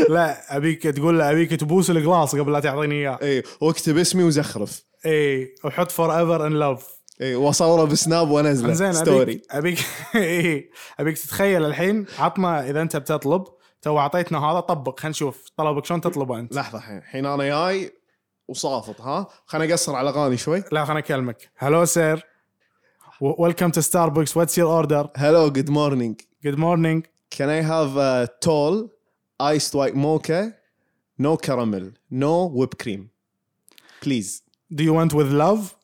Speaker 3: لا ابيك تقول له ابيك تبوس القلاص قبل لا تعطيني اياه
Speaker 2: اي إيه، واكتب اسمي وزخرف
Speaker 3: اي وحط فور ايفر ان لاف
Speaker 2: اي واصوره بسناب وانزله
Speaker 3: زين
Speaker 2: ستوري
Speaker 3: ابيك ابيك [LAUGHS] اي ابيك تتخيل الحين عطنا اذا انت بتطلب تو اعطيتنا هذا طبق خلينا نشوف طلبك شلون تطلبه انت
Speaker 2: لحظة الحين الحين انا جاي وصافط ها خليني اقصر على اغاني شوي
Speaker 3: لا خليني اكلمك هلو سير ويلكم تو ستاربكس واتس يور اوردر
Speaker 2: هلو جود مورنينج
Speaker 3: جود مورنينج
Speaker 2: كان اي هاف تول ايس وايت موكا نو كراميل نو ويب كريم بليز
Speaker 3: دو يو ونت وذ لاف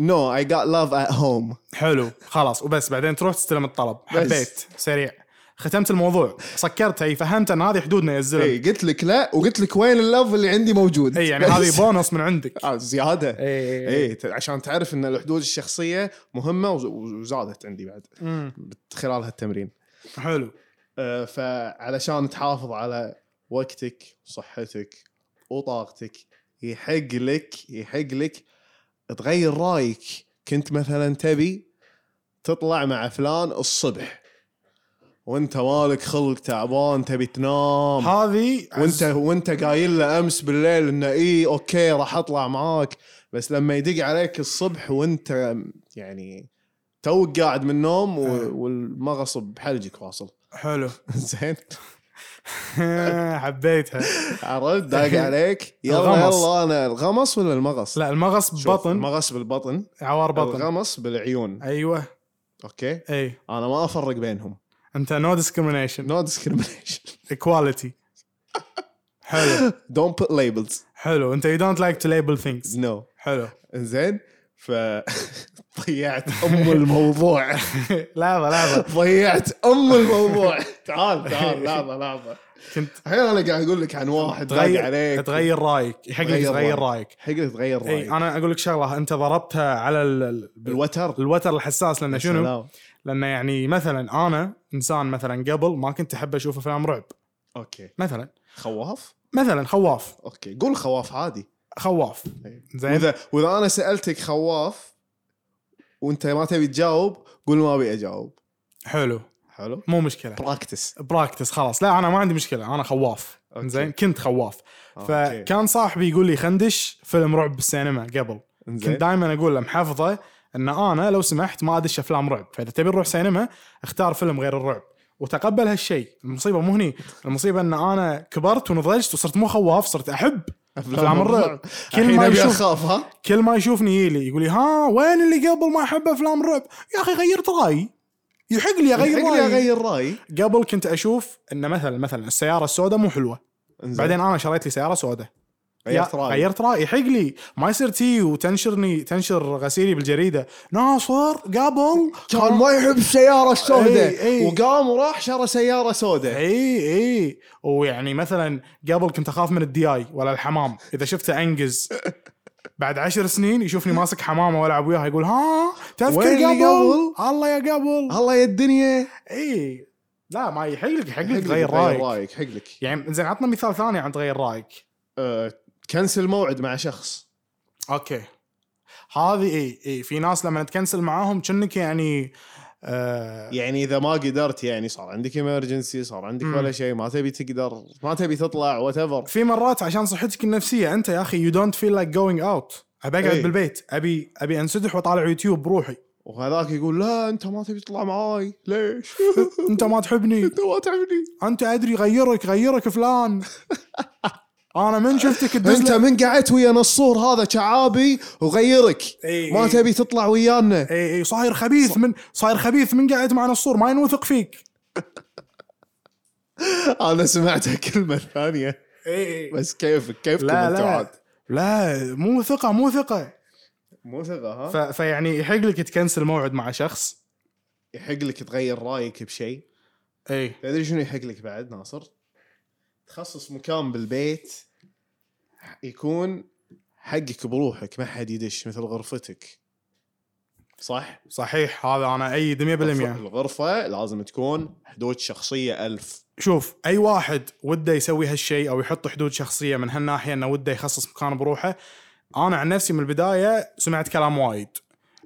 Speaker 2: نو اي جات لاف ات هوم
Speaker 3: حلو خلاص وبس بعدين تروح تستلم الطلب حبيت سريع ختمت الموضوع سكرت اي فهمت ان هذه حدودنا يا الزلم
Speaker 2: اي إيه، قلت لك لا وقلت لك وين اللف اللي عندي موجود
Speaker 3: اي يعني
Speaker 2: بس. [LAUGHS]
Speaker 3: هذه بونص من عندك إيه.
Speaker 2: آه، إيه. زياده
Speaker 3: اي
Speaker 2: اي ت- عشان تعرف ان الحدود الشخصيه مهمه وز- وزادت عندي بعد خلال هالتمرين
Speaker 3: حلو
Speaker 2: آه، فعلشان تحافظ على وقتك وصحتك وطاقتك يحق لك يحق لك تغير رايك كنت مثلا تبي تطلع مع فلان الصبح وانت مالك خلق تعبان تبي تنام
Speaker 3: هذه
Speaker 2: وانت وانت قايل له امس بالليل انه اي اوكي راح اطلع معاك بس لما يدق عليك الصبح وانت يعني توك قاعد من النوم
Speaker 3: آه.
Speaker 2: و- والمغصب بحلجك واصل
Speaker 3: حلو [LAUGHS]
Speaker 2: [LAUGHS] زين
Speaker 3: حبيتها
Speaker 2: عرفت
Speaker 3: [LAUGHS]
Speaker 2: داق عليك يلا
Speaker 3: الغمص.
Speaker 2: يلا انا الغمص ولا المغص؟
Speaker 3: لا المغص
Speaker 2: شوف،
Speaker 3: بطن
Speaker 2: المغص بالبطن
Speaker 3: عوار بطن إيه.
Speaker 2: الغمص بالعيون
Speaker 3: ايوه
Speaker 2: اوكي
Speaker 3: اي
Speaker 2: انا ما افرق بينهم
Speaker 3: انت نو ديسكريميشن
Speaker 2: نو ديسكريميشن
Speaker 3: ايكواليتي حلو
Speaker 2: دونت بوت ليبلز
Speaker 3: حلو انت يو دونت لايك تو ليبل ثينكس
Speaker 2: نو
Speaker 3: حلو [LAUGHS]
Speaker 2: زين ف [LAUGHS] ضيعت
Speaker 3: [LAUGHS]
Speaker 2: ام الموضوع
Speaker 3: لحظه لحظه
Speaker 2: ضيعت ام الموضوع تعال
Speaker 3: [LAUGHS]
Speaker 2: تعال لحظه لحظه [LAUGHS]
Speaker 3: كنت
Speaker 2: الحين انا قاعد اقول لك عن واحد داق
Speaker 3: تغير
Speaker 2: عليك
Speaker 3: تغير رايك يحق لك
Speaker 2: تغير
Speaker 3: تغير
Speaker 2: رأيك.
Speaker 3: رايك
Speaker 2: حق لك تغير
Speaker 3: اي
Speaker 2: رايك
Speaker 3: انا اقول لك شغله انت ضربتها على ال- ال-
Speaker 2: الوتر
Speaker 3: الوتر الحساس لانه شنو؟
Speaker 2: سلام.
Speaker 3: لانه يعني مثلا انا انسان مثلا قبل ما كنت احب اشوف افلام رعب
Speaker 2: اوكي
Speaker 3: مثلا
Speaker 2: خواف
Speaker 3: مثلا خواف
Speaker 2: اوكي قول خواف عادي
Speaker 3: خواف
Speaker 2: إيه.
Speaker 3: زين
Speaker 2: واذا واذا انا سالتك خواف وانت ما تبي تجاوب قول ما ابي اجاوب
Speaker 3: حلو
Speaker 2: حلو
Speaker 3: مو مشكله
Speaker 2: براكتس
Speaker 3: براكتس خلاص لا انا ما عندي مشكله انا خواف
Speaker 2: أوكي. آه،
Speaker 3: زين كنت خواف
Speaker 2: أوكي.
Speaker 3: فكان صاحبي يقول لي خندش فيلم رعب بالسينما قبل
Speaker 2: إنزين.
Speaker 3: كنت دائما اقول له محافظه ان انا لو سمحت ما ادش افلام رعب فاذا تبي نروح سينما اختار فيلم غير الرعب وتقبل هالشيء المصيبه مو هني المصيبه ان انا كبرت ونضجت وصرت مو خواف صرت احب أفلام الرعب. كل
Speaker 2: الحين
Speaker 3: ما
Speaker 2: ابي
Speaker 3: يشوف-
Speaker 2: اخاف ها
Speaker 3: كل ما يشوفني يجي لي يقول لي ها وين اللي قبل ما احب افلام رعب يا اخي غيرت رايي يحق لي اغير
Speaker 2: يحق لي
Speaker 3: رايي
Speaker 2: اغير رايي
Speaker 3: قبل كنت اشوف ان مثلا مثلا السياره السوداء مو حلوه
Speaker 2: إنزين.
Speaker 3: بعدين انا شريت لي سياره سوداء
Speaker 2: غيرت
Speaker 3: يا-
Speaker 2: رايي
Speaker 3: غيرت رايي حق لي ما يصير تي وتنشرني تنشر غسيلي بالجريده ناصر قبل
Speaker 2: كان ما يحب السياره
Speaker 3: إي- إي.
Speaker 2: السوداء وقام وراح شرى سياره سوداء
Speaker 3: اي اي ويعني مثلا قبل كنت اخاف من الدياي ولا الحمام اذا شفته انقز بعد عشر سنين يشوفني ماسك حمامه والعب وياها يقول ها تذكر
Speaker 2: وين اللي
Speaker 3: قبل الله يا قبل
Speaker 2: الله يا الدنيا
Speaker 3: اي إيه. لا ما يحق لك يحق
Speaker 2: حق لك
Speaker 3: لك تغير رايك
Speaker 2: رايك حق لك
Speaker 3: يعني زين عطنا مثال ثاني عن تغير رايك
Speaker 2: أه، تكنسل موعد مع شخص
Speaker 3: اوكي هذه اي اي في ناس لما تكنسل معاهم كأنك يعني آه
Speaker 2: يعني اذا ما قدرت يعني صار عندك ايمرجنسي صار عندك
Speaker 3: مم.
Speaker 2: ولا شيء ما تبي تقدر ما تبي تطلع وات ايفر
Speaker 3: في مرات عشان صحتك النفسيه انت يا اخي يو دونت فيل لايك جوينج اوت ابي اقعد
Speaker 2: إي.
Speaker 3: بالبيت ابي ابي انسدح واطالع يوتيوب بروحي
Speaker 2: وهذاك يقول لا انت ما تبي تطلع معاي ليش؟ [LAUGHS]
Speaker 3: انت ما تحبني
Speaker 2: انت ما تعبني
Speaker 3: انت ادري غيرك غيرك فلان انا من شفتك تدز
Speaker 2: انت
Speaker 3: لي-
Speaker 2: من قعدت ويا نصور هذا شعابي وغيرك
Speaker 3: إي
Speaker 2: ما
Speaker 3: إي.
Speaker 2: تبي تطلع
Speaker 3: [LAUGHS]
Speaker 2: ويانا
Speaker 3: اي اي إيه، صاير خبيث من صاير خبيث من قاعد مع نصور ما ينوثق فيك
Speaker 2: انا سمعتها كلمه ثانيه
Speaker 3: اي
Speaker 2: بس كيفك كيفكم
Speaker 3: لا
Speaker 2: انتم
Speaker 3: لا
Speaker 2: عاد
Speaker 3: لا مو ثقه مو ثقه
Speaker 2: مو ثقه ها
Speaker 3: ف... فيعني يحق لك تكنسل موعد مع شخص
Speaker 2: يحق لك تغير رايك بشيء
Speaker 3: اي
Speaker 2: تدري شنو يحق لك بعد ناصر؟ تخصص مكان بالبيت يكون حقك بروحك ما حد يدش مثل غرفتك صح؟
Speaker 3: صحيح هذا انا ايد 100%
Speaker 2: الغرفة لازم تكون حدود شخصية ألف
Speaker 3: شوف اي واحد وده يسوي هالشيء او يحط حدود شخصيه من هالناحيه انه وده يخصص مكان بروحه انا عن نفسي من البدايه سمعت كلام وايد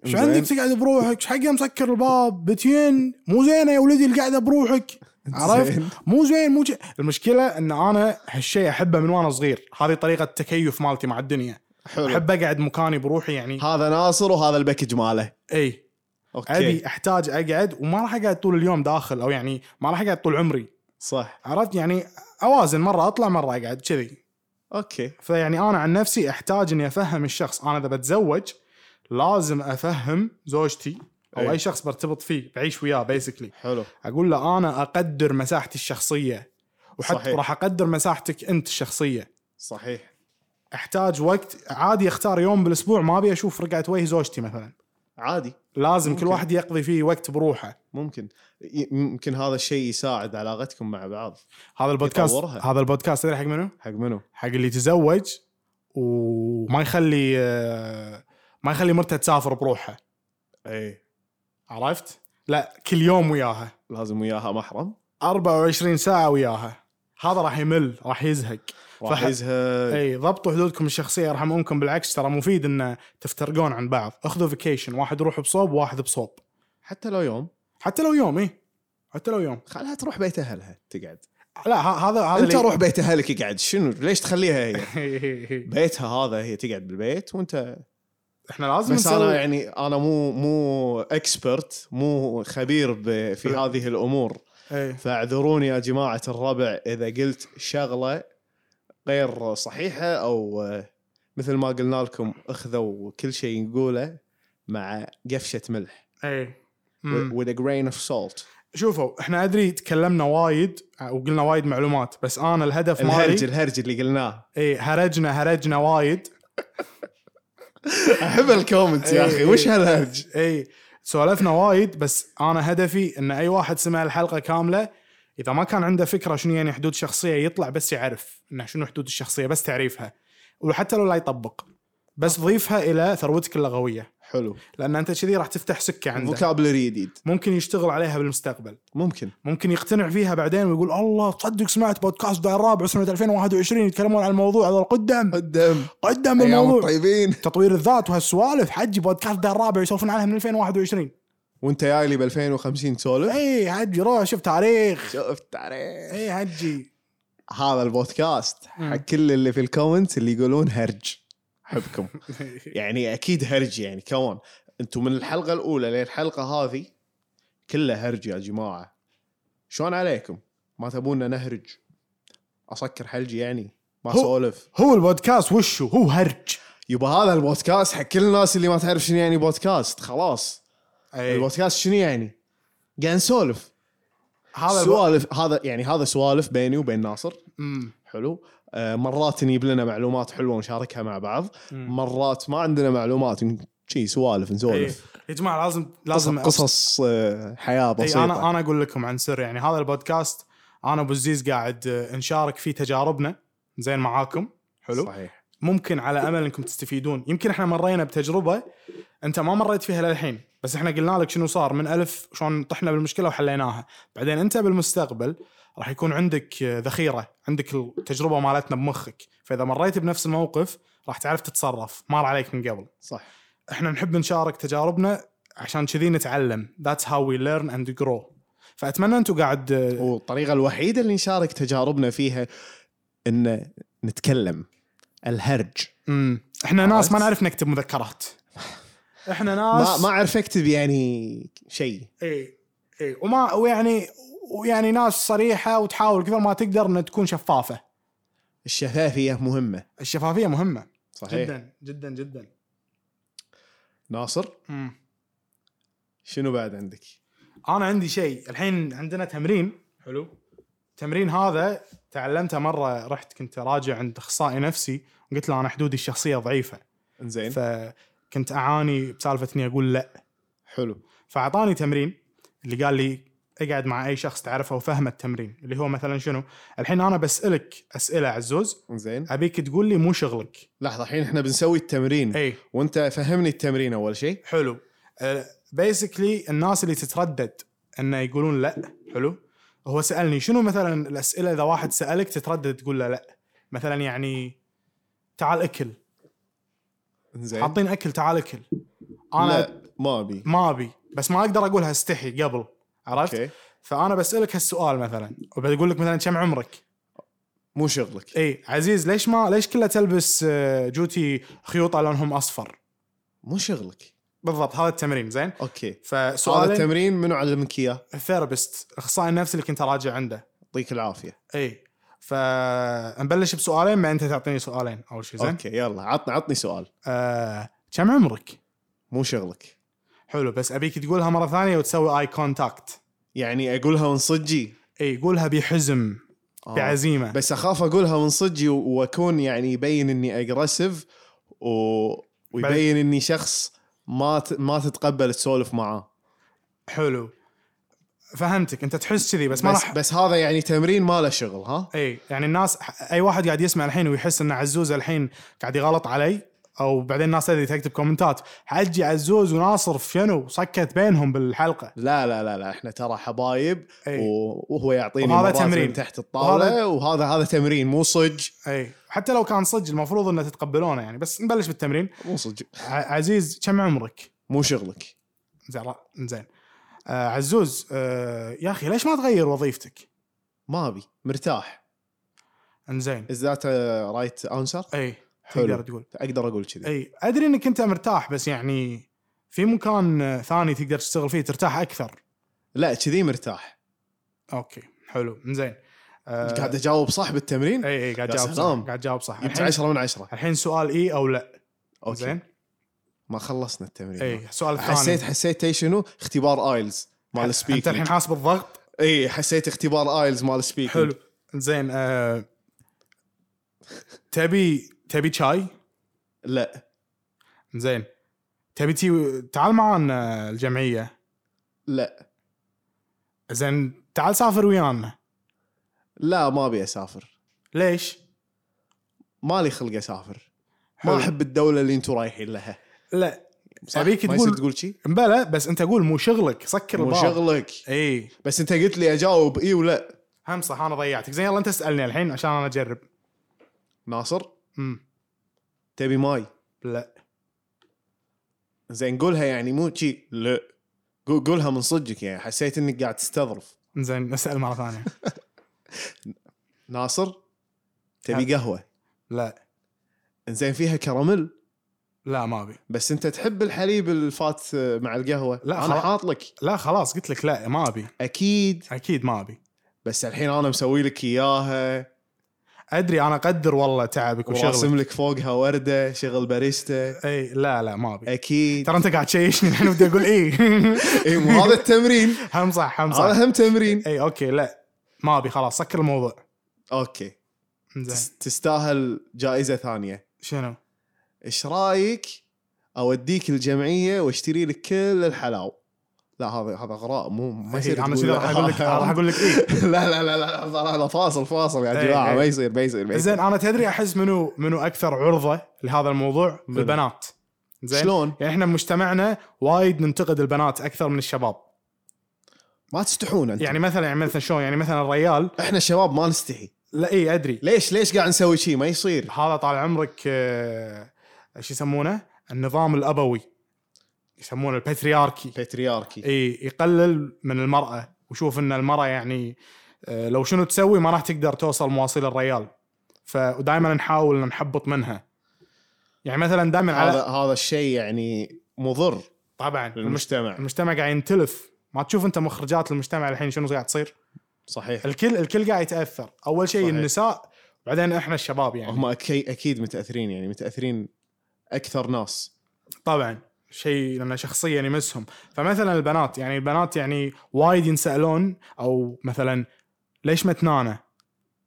Speaker 3: ايش
Speaker 2: إنزين.
Speaker 3: عندك تقعد بروحك ايش حقه مسكر الباب بتين مو زينه يا ولدي القعده بروحك [LAUGHS] عرفت
Speaker 2: زين.
Speaker 3: مو زين مو زين المشكله ان انا هالشيء احبه من وانا صغير هذه طريقه تكيف مالتي مع الدنيا
Speaker 2: حلو
Speaker 3: احب اقعد مكاني بروحي يعني
Speaker 2: هذا ناصر وهذا الباكج ماله
Speaker 3: اي
Speaker 2: اوكي
Speaker 3: ابي احتاج اقعد وما راح اقعد طول اليوم داخل او يعني ما راح اقعد طول عمري
Speaker 2: صح
Speaker 3: عرفت يعني اوازن مره اطلع مره اقعد كذي
Speaker 2: اوكي
Speaker 3: فيعني انا عن نفسي احتاج اني افهم الشخص انا اذا بتزوج لازم افهم زوجتي او
Speaker 2: أي.
Speaker 3: اي شخص برتبط فيه بعيش وياه بيسكلي
Speaker 2: حلو
Speaker 3: اقول له انا اقدر مساحتي الشخصيه وحتى
Speaker 2: صحيح.
Speaker 3: راح اقدر مساحتك انت الشخصيه
Speaker 2: صحيح
Speaker 3: احتاج وقت عادي اختار يوم بالاسبوع ما ابي اشوف رقعه وجه زوجتي مثلا
Speaker 2: عادي
Speaker 3: لازم
Speaker 2: ممكن.
Speaker 3: كل واحد يقضي فيه وقت بروحه
Speaker 2: ممكن ي- يمكن هذا الشيء يساعد علاقتكم مع بعض
Speaker 3: هذا البودكاست
Speaker 2: يطورها.
Speaker 3: هذا البودكاست تدري حق منو؟
Speaker 2: حق منو؟
Speaker 3: حق اللي يتزوج وما يخلي آه، ما يخلي مرته تسافر بروحها
Speaker 2: اي
Speaker 3: عرفت؟ لا كل يوم وياها
Speaker 2: لازم وياها محرم
Speaker 3: 24 ساعة وياها هذا راح يمل راح يزهق
Speaker 2: راح
Speaker 3: فح-
Speaker 2: يزهق
Speaker 3: اي ضبطوا حدودكم الشخصية يرحم امكم بالعكس ترى مفيد ان تفترقون عن بعض اخذوا فيكيشن واحد يروح بصوب وواحد بصوب
Speaker 2: حتى لو يوم
Speaker 3: حتى لو يوم اي حتى لو يوم
Speaker 2: خلها تروح بيت اهلها تقعد
Speaker 3: لا ه- هذا هذا
Speaker 2: انت
Speaker 3: [LAUGHS]
Speaker 2: روح بيت اهلك اقعد شنو ليش تخليها هي
Speaker 3: روح
Speaker 2: بيتها هذا هي تقعد بالبيت وانت
Speaker 3: احنا لازم
Speaker 2: بس انا
Speaker 3: نسوي
Speaker 2: يعني انا مو مو اكسبرت مو خبير ب- في
Speaker 3: لا.
Speaker 2: هذه الامور
Speaker 3: اي
Speaker 2: فاعذروني يا جماعه الربع اذا قلت شغله غير صحيحه او آه، مثل ما قلنا لكم اخذوا كل شيء نقوله مع قفشه ملح
Speaker 3: اي مم.
Speaker 2: with a grain of salt
Speaker 3: شوفوا احنا ادري تكلمنا وايد وقلنا وايد معلومات بس انا الهدف
Speaker 2: الهرج
Speaker 3: مالي
Speaker 2: الهرج اللي قلناه
Speaker 3: اي هرجنا هرجنا وايد
Speaker 2: احب الكومنت يا اخي
Speaker 3: إيه.
Speaker 2: وش هالهرج
Speaker 3: اي سولفنا وايد بس انا هدفي ان اي واحد سمع الحلقه كامله اذا ما كان عنده فكره شنو يعني حدود شخصيه يطلع بس يعرف انه شنو حدود الشخصيه بس تعريفها وحتى لو لا يطبق بس ضيفها الى ثروتك اللغويه
Speaker 2: حلو
Speaker 3: لان انت كذي راح تفتح سكه عنده
Speaker 2: فوكابلري جديد
Speaker 3: ممكن يشتغل عليها بالمستقبل
Speaker 2: ممكن
Speaker 3: ممكن يقتنع فيها بعدين ويقول الله تصدق سمعت بودكاست داير الرابع سنه 2021 يتكلمون عن الموضوع هذا قدم
Speaker 2: قدم
Speaker 3: قدم
Speaker 2: ايام
Speaker 3: الموضوع
Speaker 2: الطيبين
Speaker 3: تطوير الذات وهالسوالف حجي بودكاست داير الرابع يسولفون عنها من 2021
Speaker 2: وانت جاي لي ب 2050 تسولف
Speaker 3: اي إيه، حجي روح شوف تاريخ
Speaker 2: شفت عليه
Speaker 3: اي حجي [LAUGHS]
Speaker 2: هذا البودكاست حق
Speaker 3: مم.
Speaker 2: كل اللي في الكومنت اللي يقولون هرج احبكم يعني اكيد هرج يعني كمان انتم من الحلقه الاولى للحلقه هذه كلها هرج يا جماعه شلون عليكم ما تبونا نهرج اسكر حلجي يعني ما
Speaker 3: هو-
Speaker 2: سولف
Speaker 3: هو البودكاست وشو هو هرج
Speaker 2: يبا هذا البودكاست حق كل الناس اللي ما تعرف شنو يعني بودكاست خلاص
Speaker 3: اي
Speaker 2: البودكاست شنو يعني قاعد نسولف
Speaker 3: هذا الو-
Speaker 2: سوالف هذا يعني هذا سوالف بيني وبين ناصر
Speaker 3: مم.
Speaker 2: حلو آه مرات نجيب لنا معلومات حلوه ونشاركها مع بعض
Speaker 3: مم.
Speaker 2: مرات ما عندنا معلومات ن- شي سوالف
Speaker 3: إيه.
Speaker 2: نسولف
Speaker 3: يا جماعه لازم
Speaker 2: لازم
Speaker 3: لازم إيه،
Speaker 2: قصص آه، حياه
Speaker 3: اي
Speaker 2: بسيطه
Speaker 3: انا انا اقول لكم عن سر يعني هذا البودكاست انا ابو الزيز قاعد آه، نشارك فيه تجاربنا زين معاكم حلو
Speaker 2: صحيح
Speaker 3: ممكن على امل انكم تستفيدون يمكن احنا مرينا بتجربه انت ما مريت فيها للحين بس احنا قلنا لك شنو صار من الف شلون طحنا بالمشكله وحليناها بعدين انت بالمستقبل راح يكون عندك آه، ذخيره عندك التجربه مالتنا بمخك فاذا مريت بنفس الموقف راح تعرف تتصرف مار عليك من قبل
Speaker 2: صح
Speaker 3: احنا نحب نشارك تجاربنا عشان كذي نتعلم ذاتس هاو وي ليرن اند جرو فاتمنى انتم قاعد آه،
Speaker 2: والطريقه الوحيده اللي نشارك تجاربنا فيها ان نتكلم الهرج
Speaker 3: مم. احنا ناس ما
Speaker 2: عرفت؟
Speaker 3: نعرف نكتب مذكرات احنا
Speaker 2: ما
Speaker 3: ناس
Speaker 2: ما اعرف اكتب يعني شيء
Speaker 3: اي اي وما ويعني ويعني ناس صريحه وتحاول كثر ما تقدر ان تكون شفافه
Speaker 2: الشفافيه مهمه
Speaker 3: الشفافيه مهمه
Speaker 2: صحيح جدا.
Speaker 3: جدا جدا جدا
Speaker 2: ناصر
Speaker 3: مم.
Speaker 2: شنو بعد عندك
Speaker 3: انا عندي شيء الحين عندنا تمرين حلو التمرين هذا تعلمته مره رحت كنت راجع عند اخصائي نفسي قلت له انا حدودي الشخصيه ضعيفه
Speaker 2: زين ف...
Speaker 3: فكنت اعاني بسالفه اني اقول لا
Speaker 2: حلو
Speaker 3: فاعطاني تمرين اللي قال لي اقعد مع اي شخص تعرفه وفهم التمرين اللي هو مثلا شنو الحين انا بسالك اسئله عزوز
Speaker 2: زين
Speaker 3: ابيك تقول لي مو شغلك
Speaker 2: لحظه الحين احنا بنسوي التمرين
Speaker 3: اي
Speaker 2: وانت فهمني التمرين اول شيء
Speaker 3: حلو بيسكلي الناس اللي تتردد انه يقولون لا حلو هو سالني شنو مثلا الاسئله اذا واحد سالك تتردد تقول له لا مثلا يعني تعال اكل
Speaker 2: زين
Speaker 3: حاطين اكل تعال اكل انا
Speaker 2: انا ما ابي
Speaker 3: ما ابي بس ما اقدر اقولها استحي قبل عرفت
Speaker 2: اوكي فانا
Speaker 3: فانا بسالك هالسؤال مثلا وبقول لك مثلا كم عمرك
Speaker 2: مو شغلك
Speaker 3: اي عزيز ليش ما ليش كلها تلبس آه، جوتي خيوطه لونهم اصفر
Speaker 2: مو شغلك
Speaker 3: بالضبط هذا التمرين زين
Speaker 2: اوكي سؤال
Speaker 3: فسؤال
Speaker 2: التمرين منو علمك اياه
Speaker 3: الثيرابيست اخصائي النفسي اللي كنت راجع عنده
Speaker 2: يعطيك العافيه
Speaker 3: اي فنبلش بسؤالين ما انت تعطيني سؤالين اول شيء زين
Speaker 2: اوكي يلا عطني عطني سؤال
Speaker 3: آه، كم عمرك
Speaker 2: مو شغلك
Speaker 3: حلو بس ابيك تقولها مره ثانيه وتسوي اي كونتاكت
Speaker 2: يعني اقولها من صجي
Speaker 3: اي قولها بحزم
Speaker 2: آه.
Speaker 3: بعزيمه
Speaker 2: بس اخاف اقولها من صجي و- واكون يعني يبين اني اجريسيف و... ويبين اني شخص ما ت... ما تتقبل تسولف معاه
Speaker 3: حلو فهمتك انت تحس كذي بس ما
Speaker 2: بس,
Speaker 3: راح
Speaker 2: بس هذا يعني تمرين ما له شغل ها
Speaker 3: اي يعني الناس اي واحد قاعد يسمع الحين ويحس ان عزوز الحين قاعد يغلط علي او بعدين الناس تدري تكتب كومنتات حجي عزوز وناصر شنو سكت بينهم بالحلقه
Speaker 2: لا لا لا لا احنا ترى حبايب
Speaker 3: أي.
Speaker 2: و- وهو يعطيني
Speaker 3: إيه. وهذا
Speaker 2: مرات من
Speaker 3: تمرين.
Speaker 2: تحت الطاوله
Speaker 3: وهذا-
Speaker 2: وهذا, وهذا هذا تمرين مو صج
Speaker 3: اي حتى لو كان صج المفروض انه تتقبلونه يعني بس نبلش بالتمرين
Speaker 2: مو صج
Speaker 3: ع- عزيز كم عمرك؟
Speaker 2: مو شغلك
Speaker 3: زين را- زين آه عزوز آه يا اخي ليش ما تغير وظيفتك؟
Speaker 2: ما ابي مرتاح
Speaker 3: انزين
Speaker 2: از ذات رايت انسر
Speaker 3: اي
Speaker 2: حلو.
Speaker 3: تقدر تقول
Speaker 2: اقدر اقول كذي
Speaker 3: اي ادري انك انت مرتاح بس يعني في مكان آه، ثاني تقدر تشتغل فيه ترتاح اكثر
Speaker 2: لا كذي مرتاح
Speaker 3: اوكي حلو انزين آه،
Speaker 2: قاعد اجاوب صح بالتمرين
Speaker 3: اي اي قاعد
Speaker 2: يا
Speaker 3: جاوب صح
Speaker 2: سلام.
Speaker 3: قاعد جاوب صح
Speaker 2: جبت
Speaker 3: الحين,
Speaker 2: 10 من 10
Speaker 3: الحين سؤال اي او لا
Speaker 2: اوكي
Speaker 3: زين
Speaker 2: ما خلصنا التمرين
Speaker 3: اي السؤال الثاني
Speaker 2: حسيت حسيت اي شنو اختبار ايلز مال
Speaker 3: انت الحين
Speaker 2: السبيكينج
Speaker 3: حاسب الضغط
Speaker 2: اي حسيت اختبار ايلز مال السبيكينج
Speaker 3: حلو زين آه... تبي تبي شاي
Speaker 2: لا
Speaker 3: زين تبي تي تعال معانا الجمعيه
Speaker 2: لا
Speaker 3: زين تعال سافر ويانا
Speaker 2: لا ما ابي اسافر
Speaker 3: ليش
Speaker 2: مالي خلق اسافر
Speaker 3: حلو.
Speaker 2: ما احب الدوله اللي انتم رايحين لها
Speaker 3: لا
Speaker 2: صح؟
Speaker 3: أبيك
Speaker 2: ما
Speaker 3: تقول-
Speaker 2: يصير تقول شيء
Speaker 3: بلا بس انت قول مو شغلك سكر
Speaker 2: مو
Speaker 3: الباب
Speaker 2: شغلك
Speaker 3: اي
Speaker 2: بس انت قلت لي اجاوب اي ولا
Speaker 3: هم صح انا ضيعتك زين يلا انت اسالني الحين عشان انا اجرب
Speaker 2: ناصر
Speaker 3: امم
Speaker 2: تبي ماي
Speaker 3: لا
Speaker 2: زين قولها يعني مو شي لا قو- قولها من صدقك يعني حسيت انك قاعد تستظرف
Speaker 3: زين اسال مره ثانيه
Speaker 2: ناصر تبي قهوه
Speaker 3: لا
Speaker 2: زين فيها كراميل
Speaker 3: لا ما ابي
Speaker 2: بس انت تحب الحليب الفات مع القهوه
Speaker 3: لا،
Speaker 2: انا
Speaker 3: خلاص.
Speaker 2: حاط لك
Speaker 3: لا خلاص قلت لك لا ما ابي
Speaker 2: اكيد
Speaker 3: اكيد ما ابي
Speaker 2: بس الحين انا مسوي لك اياها
Speaker 3: ادري انا اقدر والله تعبك وشغلك
Speaker 2: وراسم لك فوقها ورده شغل باريستا
Speaker 3: اي إيه، لا لا ما
Speaker 2: إيه.
Speaker 3: ابي
Speaker 2: اكيد
Speaker 3: ترى انت قاعد تشيشني الحين بدي اقول اي
Speaker 2: اي مو هذا إيه، التمرين
Speaker 3: إيه. [LAUGHS] هم [LAUGHS] صح
Speaker 2: [LAUGHS]
Speaker 3: هم صح
Speaker 2: هذا هم تمرين
Speaker 3: اي اوكي لا ما ابي خلاص سكر الموضوع
Speaker 2: اوكي
Speaker 3: زين
Speaker 2: تس- تستاهل جائزه ثانيه
Speaker 3: شنو؟
Speaker 2: ايش رايك اوديك الجمعيه واشتري لك كل الحلاو لا هذا هذا غراء مو ما
Speaker 3: إي،
Speaker 2: يصير
Speaker 3: انا
Speaker 2: تقول
Speaker 3: كذا إيه، راح
Speaker 2: [LAUGHS]
Speaker 3: اقول لك راح اقول لك إيه. اي
Speaker 2: لا لا لا لا لحظة، لحظة، فاصل فاصل يا
Speaker 3: إي،
Speaker 2: جماعه
Speaker 3: إي.
Speaker 2: ما يصير ما يصير ما يصير.
Speaker 3: إيه. زين انا تدري احس منو منو اكثر عرضه لهذا الموضوع
Speaker 2: منو؟
Speaker 3: البنات زين
Speaker 2: شلون؟
Speaker 3: يعني احنا مجتمعنا وايد ننتقد البنات اكثر من الشباب
Speaker 2: ما تستحون انت
Speaker 3: يعني مثلا يعني مثلا شلون يعني مثلا الريال
Speaker 2: احنا الشباب ما نستحي
Speaker 3: لا اي ادري
Speaker 2: ليش ليش قاعد نسوي شيء ما يصير
Speaker 3: هذا طال عمرك آه، شو يسمونه النظام الابوي يسمونه الباترياركي
Speaker 2: باترياركي
Speaker 3: اي يقلل من المراه وشوف ان المراه يعني آه، لو شنو تسوي ما راح تقدر توصل مواصيل الريال فدائما نحاول إن نحبط منها يعني مثلا دائما على
Speaker 2: هذا هذا الشيء يعني مضر
Speaker 3: طبعا المجتمع,
Speaker 2: للمجتمع
Speaker 3: المجتمع قاعد ينتلف ما تشوف انت مخرجات المجتمع الحين شنو قاعد تصير
Speaker 2: صحيح
Speaker 3: الكل الكل قاعد يتاثر اول شيء
Speaker 2: صحيح.
Speaker 3: النساء بعدين احنا الشباب يعني
Speaker 2: هم أكي- اكيد متاثرين يعني متاثرين اكثر ناس
Speaker 3: طبعا شيء لانه شخصيا يمسهم فمثلا البنات يعني البنات يعني وايد ينسالون او مثلا ليش متنانه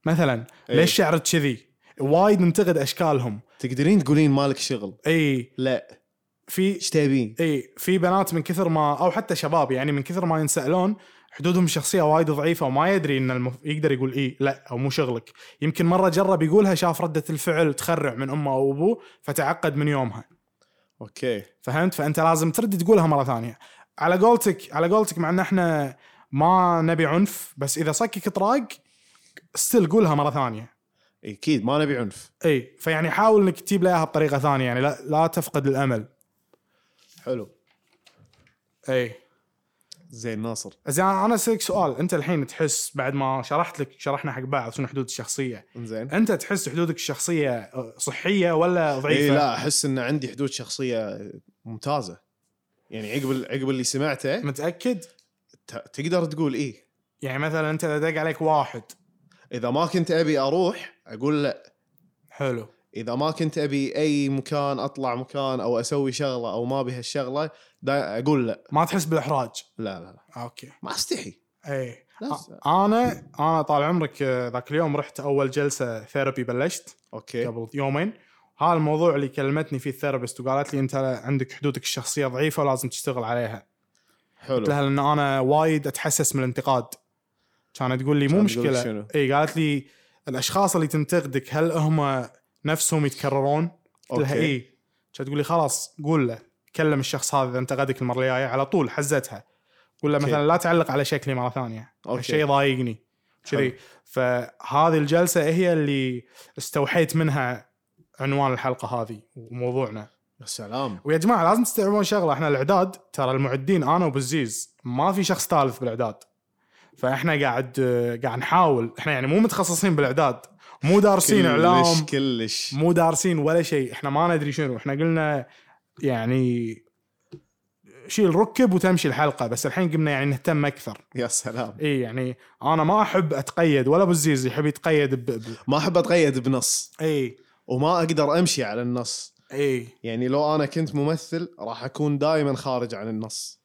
Speaker 3: مثلا
Speaker 2: إيه.
Speaker 3: ليش شعرك كذي وايد ننتقد اشكالهم
Speaker 2: تقدرين تقولين مالك شغل
Speaker 3: اي
Speaker 2: لا
Speaker 3: في
Speaker 2: ايش تبين
Speaker 3: اي في بنات من كثر ما او حتى شباب يعني من كثر ما ينسالون حدودهم الشخصيه وايد ضعيفه وما يدري ان المف... يقدر يقول اي لا او مو شغلك يمكن مره جرب يقولها شاف رده الفعل تخرع من امه او ابوه فتعقد من يومها
Speaker 2: اوكي
Speaker 3: فهمت فانت لازم ترد تقولها مره ثانيه على قولتك على قولتك مع ان احنا ما نبي عنف بس اذا صكك طراق ستيل قولها مره ثانيه
Speaker 2: اكيد إيه، ما نبي عنف
Speaker 3: اي فيعني حاول انك تجيب لها بطريقه ثانيه يعني لا, لا تفقد الامل
Speaker 2: حلو
Speaker 3: اي
Speaker 2: زين ناصر
Speaker 3: زين انا اسالك سؤال انت الحين تحس بعد ما شرحت لك شرحنا حق بعض شنو حدود الشخصيه
Speaker 2: زين
Speaker 3: انت تحس حدودك الشخصيه أه، صحيه ولا ضعيفه
Speaker 2: اي إيه، لا احس ان عندي حدود شخصيه ممتازه يعني عقب ال- عقب اللي سمعته
Speaker 3: متاكد
Speaker 2: ت- تقدر تقول ايه
Speaker 3: يعني مثلا انت اذا دق عليك واحد
Speaker 2: اذا ما كنت ابي اروح اقول لا
Speaker 3: حلو
Speaker 2: اذا ما كنت ابي اي مكان اطلع مكان او اسوي شغله او ما بها الشغله دا اقول لا
Speaker 3: ما تحس بالاحراج
Speaker 2: لا لا, لا.
Speaker 3: اوكي
Speaker 2: ما استحي
Speaker 3: اي
Speaker 2: نفس-
Speaker 3: آه. انا انا طال عمرك آه، ذاك اليوم رحت اول جلسه ثيرابي بلشت
Speaker 2: اوكي
Speaker 3: قبل يومين هذا الموضوع اللي كلمتني فيه الثيرابيست وقالت لي انت عندك حدودك الشخصيه ضعيفه ولازم تشتغل عليها قلت
Speaker 2: حلو
Speaker 3: لها لان انا وايد اتحسس من الانتقاد كانت تقول لي مو
Speaker 2: كانت تقول لك
Speaker 3: مشكله
Speaker 2: شنو؟
Speaker 3: اي قالت لي الاشخاص اللي تنتقدك هل هم نفسهم يتكررون؟ قلت لها إيه،
Speaker 2: اوكي
Speaker 3: اي كانت تقول لي خلاص قول له كلم الشخص هذا اذا انتقدك المره الجايه على طول حزتها قول له
Speaker 2: أوكي.
Speaker 3: مثلا لا تعلق على شكلي مره ثانيه
Speaker 2: أوكي.
Speaker 3: الشيء ضايقني
Speaker 2: حلو.
Speaker 3: كذي فهذه الجلسه هي اللي استوحيت منها عنوان الحلقه هذه وموضوعنا
Speaker 2: يا سلام
Speaker 3: ويا جماعه لازم تستوعبون شغله احنا الاعداد ترى المعدين انا وبزيز ما في شخص ثالث بالاعداد فاحنا قاعد قاعد نحاول احنا يعني مو متخصصين بالاعداد مو دارسين اعلام
Speaker 2: كلش كلش
Speaker 3: مو دارسين ولا شيء احنا ما ندري شنو احنا قلنا يعني شيل ركب وتمشي الحلقه بس الحين قمنا يعني نهتم اكثر
Speaker 2: يا سلام
Speaker 3: اي يعني انا ما احب اتقيد ولا ابو الزيز يحب يتقيد ب... ب...
Speaker 2: ما احب اتقيد بنص
Speaker 3: اي
Speaker 2: وما اقدر امشي على النص
Speaker 3: اي
Speaker 2: يعني لو انا كنت ممثل راح اكون دائما خارج عن النص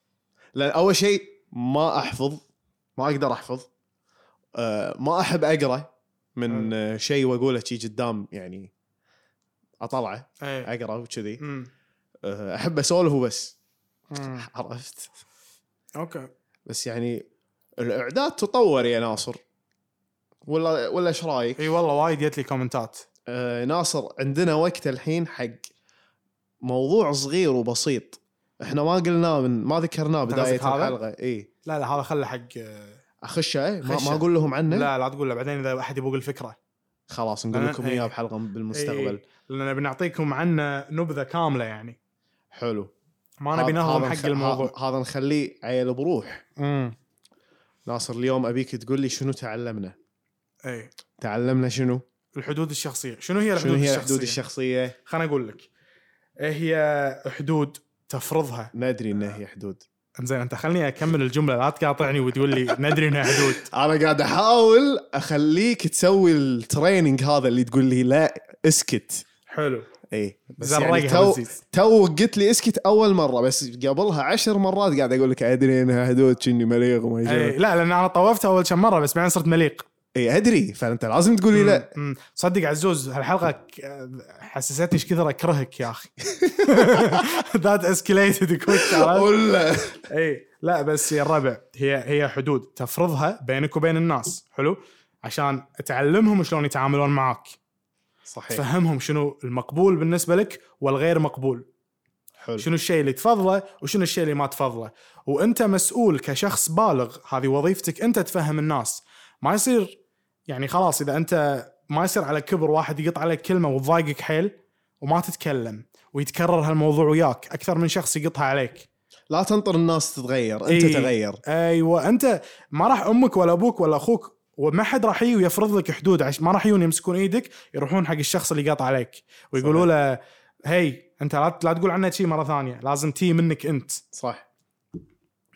Speaker 2: لان اول شيء ما احفظ ما اقدر احفظ آه ما احب اقرا من
Speaker 3: حلو.
Speaker 2: آه شيء واقوله شي قدام يعني اطلعه
Speaker 3: اي
Speaker 2: اقرا وكذي
Speaker 3: أمم،
Speaker 2: آه احب اسولف وبس
Speaker 3: أمم.
Speaker 2: عرفت
Speaker 3: اوكي
Speaker 2: بس يعني الاعداد تطور يا ناصر ولا ولا ايش رايك؟
Speaker 3: اي والله وايد جت لي كومنتات
Speaker 2: آه، ناصر عندنا وقت الحين حق موضوع صغير وبسيط احنا ما قلناه من ما ذكرناه
Speaker 3: أنت
Speaker 2: بدايه
Speaker 3: قصدك هذا؟
Speaker 2: الحلقه اي
Speaker 3: لا لا هذا خله حق
Speaker 2: اخشه إيه؟ ما,
Speaker 3: خشه.
Speaker 2: ما اقول لهم عنه
Speaker 3: لا لا تقول له بعدين اذا احد يبوق الفكره
Speaker 2: خلاص نقول لكم
Speaker 3: أنا-
Speaker 2: اياه
Speaker 3: إيه.
Speaker 2: بحلقه
Speaker 3: إي،
Speaker 2: بالمستقبل
Speaker 3: إي، لان بنعطيكم عنه نبذه كامله يعني
Speaker 2: حلو
Speaker 3: ما نبي
Speaker 2: هذا-
Speaker 3: نهضم
Speaker 2: هذا
Speaker 3: حق
Speaker 2: نخ-
Speaker 3: الموضوع
Speaker 2: ه- هذا نخليه عيل بروح
Speaker 3: امم
Speaker 2: ناصر اليوم ابيك تقول لي شنو تعلمنا
Speaker 3: اي
Speaker 2: تعلمنا شنو
Speaker 3: الحدود الشخصيه شنو هي الحدود
Speaker 2: شنو هي
Speaker 3: الشخصيه,
Speaker 2: الحدود الشخصيه
Speaker 3: خليني اقول لك إيه هي حدود تفرضها
Speaker 2: ندري انها هي حدود
Speaker 3: زين انت خليني اكمل الجمله لا تقاطعني وتقول لي [LAUGHS] ندري انها حدود
Speaker 2: انا قاعد احاول اخليك تسوي التريننج هذا اللي تقول لي لا اسكت
Speaker 3: حلو
Speaker 2: اي بس يعني
Speaker 3: زرقها
Speaker 2: تو
Speaker 3: بالزيز.
Speaker 2: تو قلت لي اسكت اول مره بس قبلها عشر مرات قاعد اقول لك ادري انها حدود كني مليغ وما
Speaker 3: اي
Speaker 2: يجي
Speaker 3: آه، لا لان انا طوفت اول كم مره بس بعدين صرت مليق
Speaker 2: اي ادري فانت إيه، لازم تقول لي [LAUGHS] لا
Speaker 3: أمم، صدق عزوز هالحلقه ك- حسستني ايش كثر اكرهك يا [LAUGHS] اخي ذات اسكليتد كويك
Speaker 2: ولا
Speaker 3: اي لا بس يا الربع هي هي حدود تفرضها بينك وبين الناس حلو عشان تعلمهم شلون يتعاملون معك
Speaker 2: صحيح
Speaker 3: تفهمهم شنو المقبول بالنسبه لك والغير مقبول
Speaker 2: حلو
Speaker 3: شنو الشيء اللي تفضله وشنو الشيء اللي ما تفضله وانت مسؤول كشخص بالغ هذه وظيفتك انت تفهم الناس ما يصير يعني خلاص اذا انت ما يصير على كبر واحد يقط عليك كلمه وتضايقك حيل وما تتكلم ويتكرر هالموضوع وياك اكثر من شخص يقطها عليك
Speaker 2: لا تنطر الناس تتغير انت
Speaker 3: إي.
Speaker 2: تغير
Speaker 3: ايوه انت ما راح امك ولا ابوك ولا اخوك وما حد راح يجي ويفرض لك حدود عش ما راح يجون يمسكون ايدك يروحون حق الشخص اللي قاط عليك ويقولوا له هي انت لا لا تقول عنه شيء مره ثانيه لازم تي منك انت
Speaker 2: صح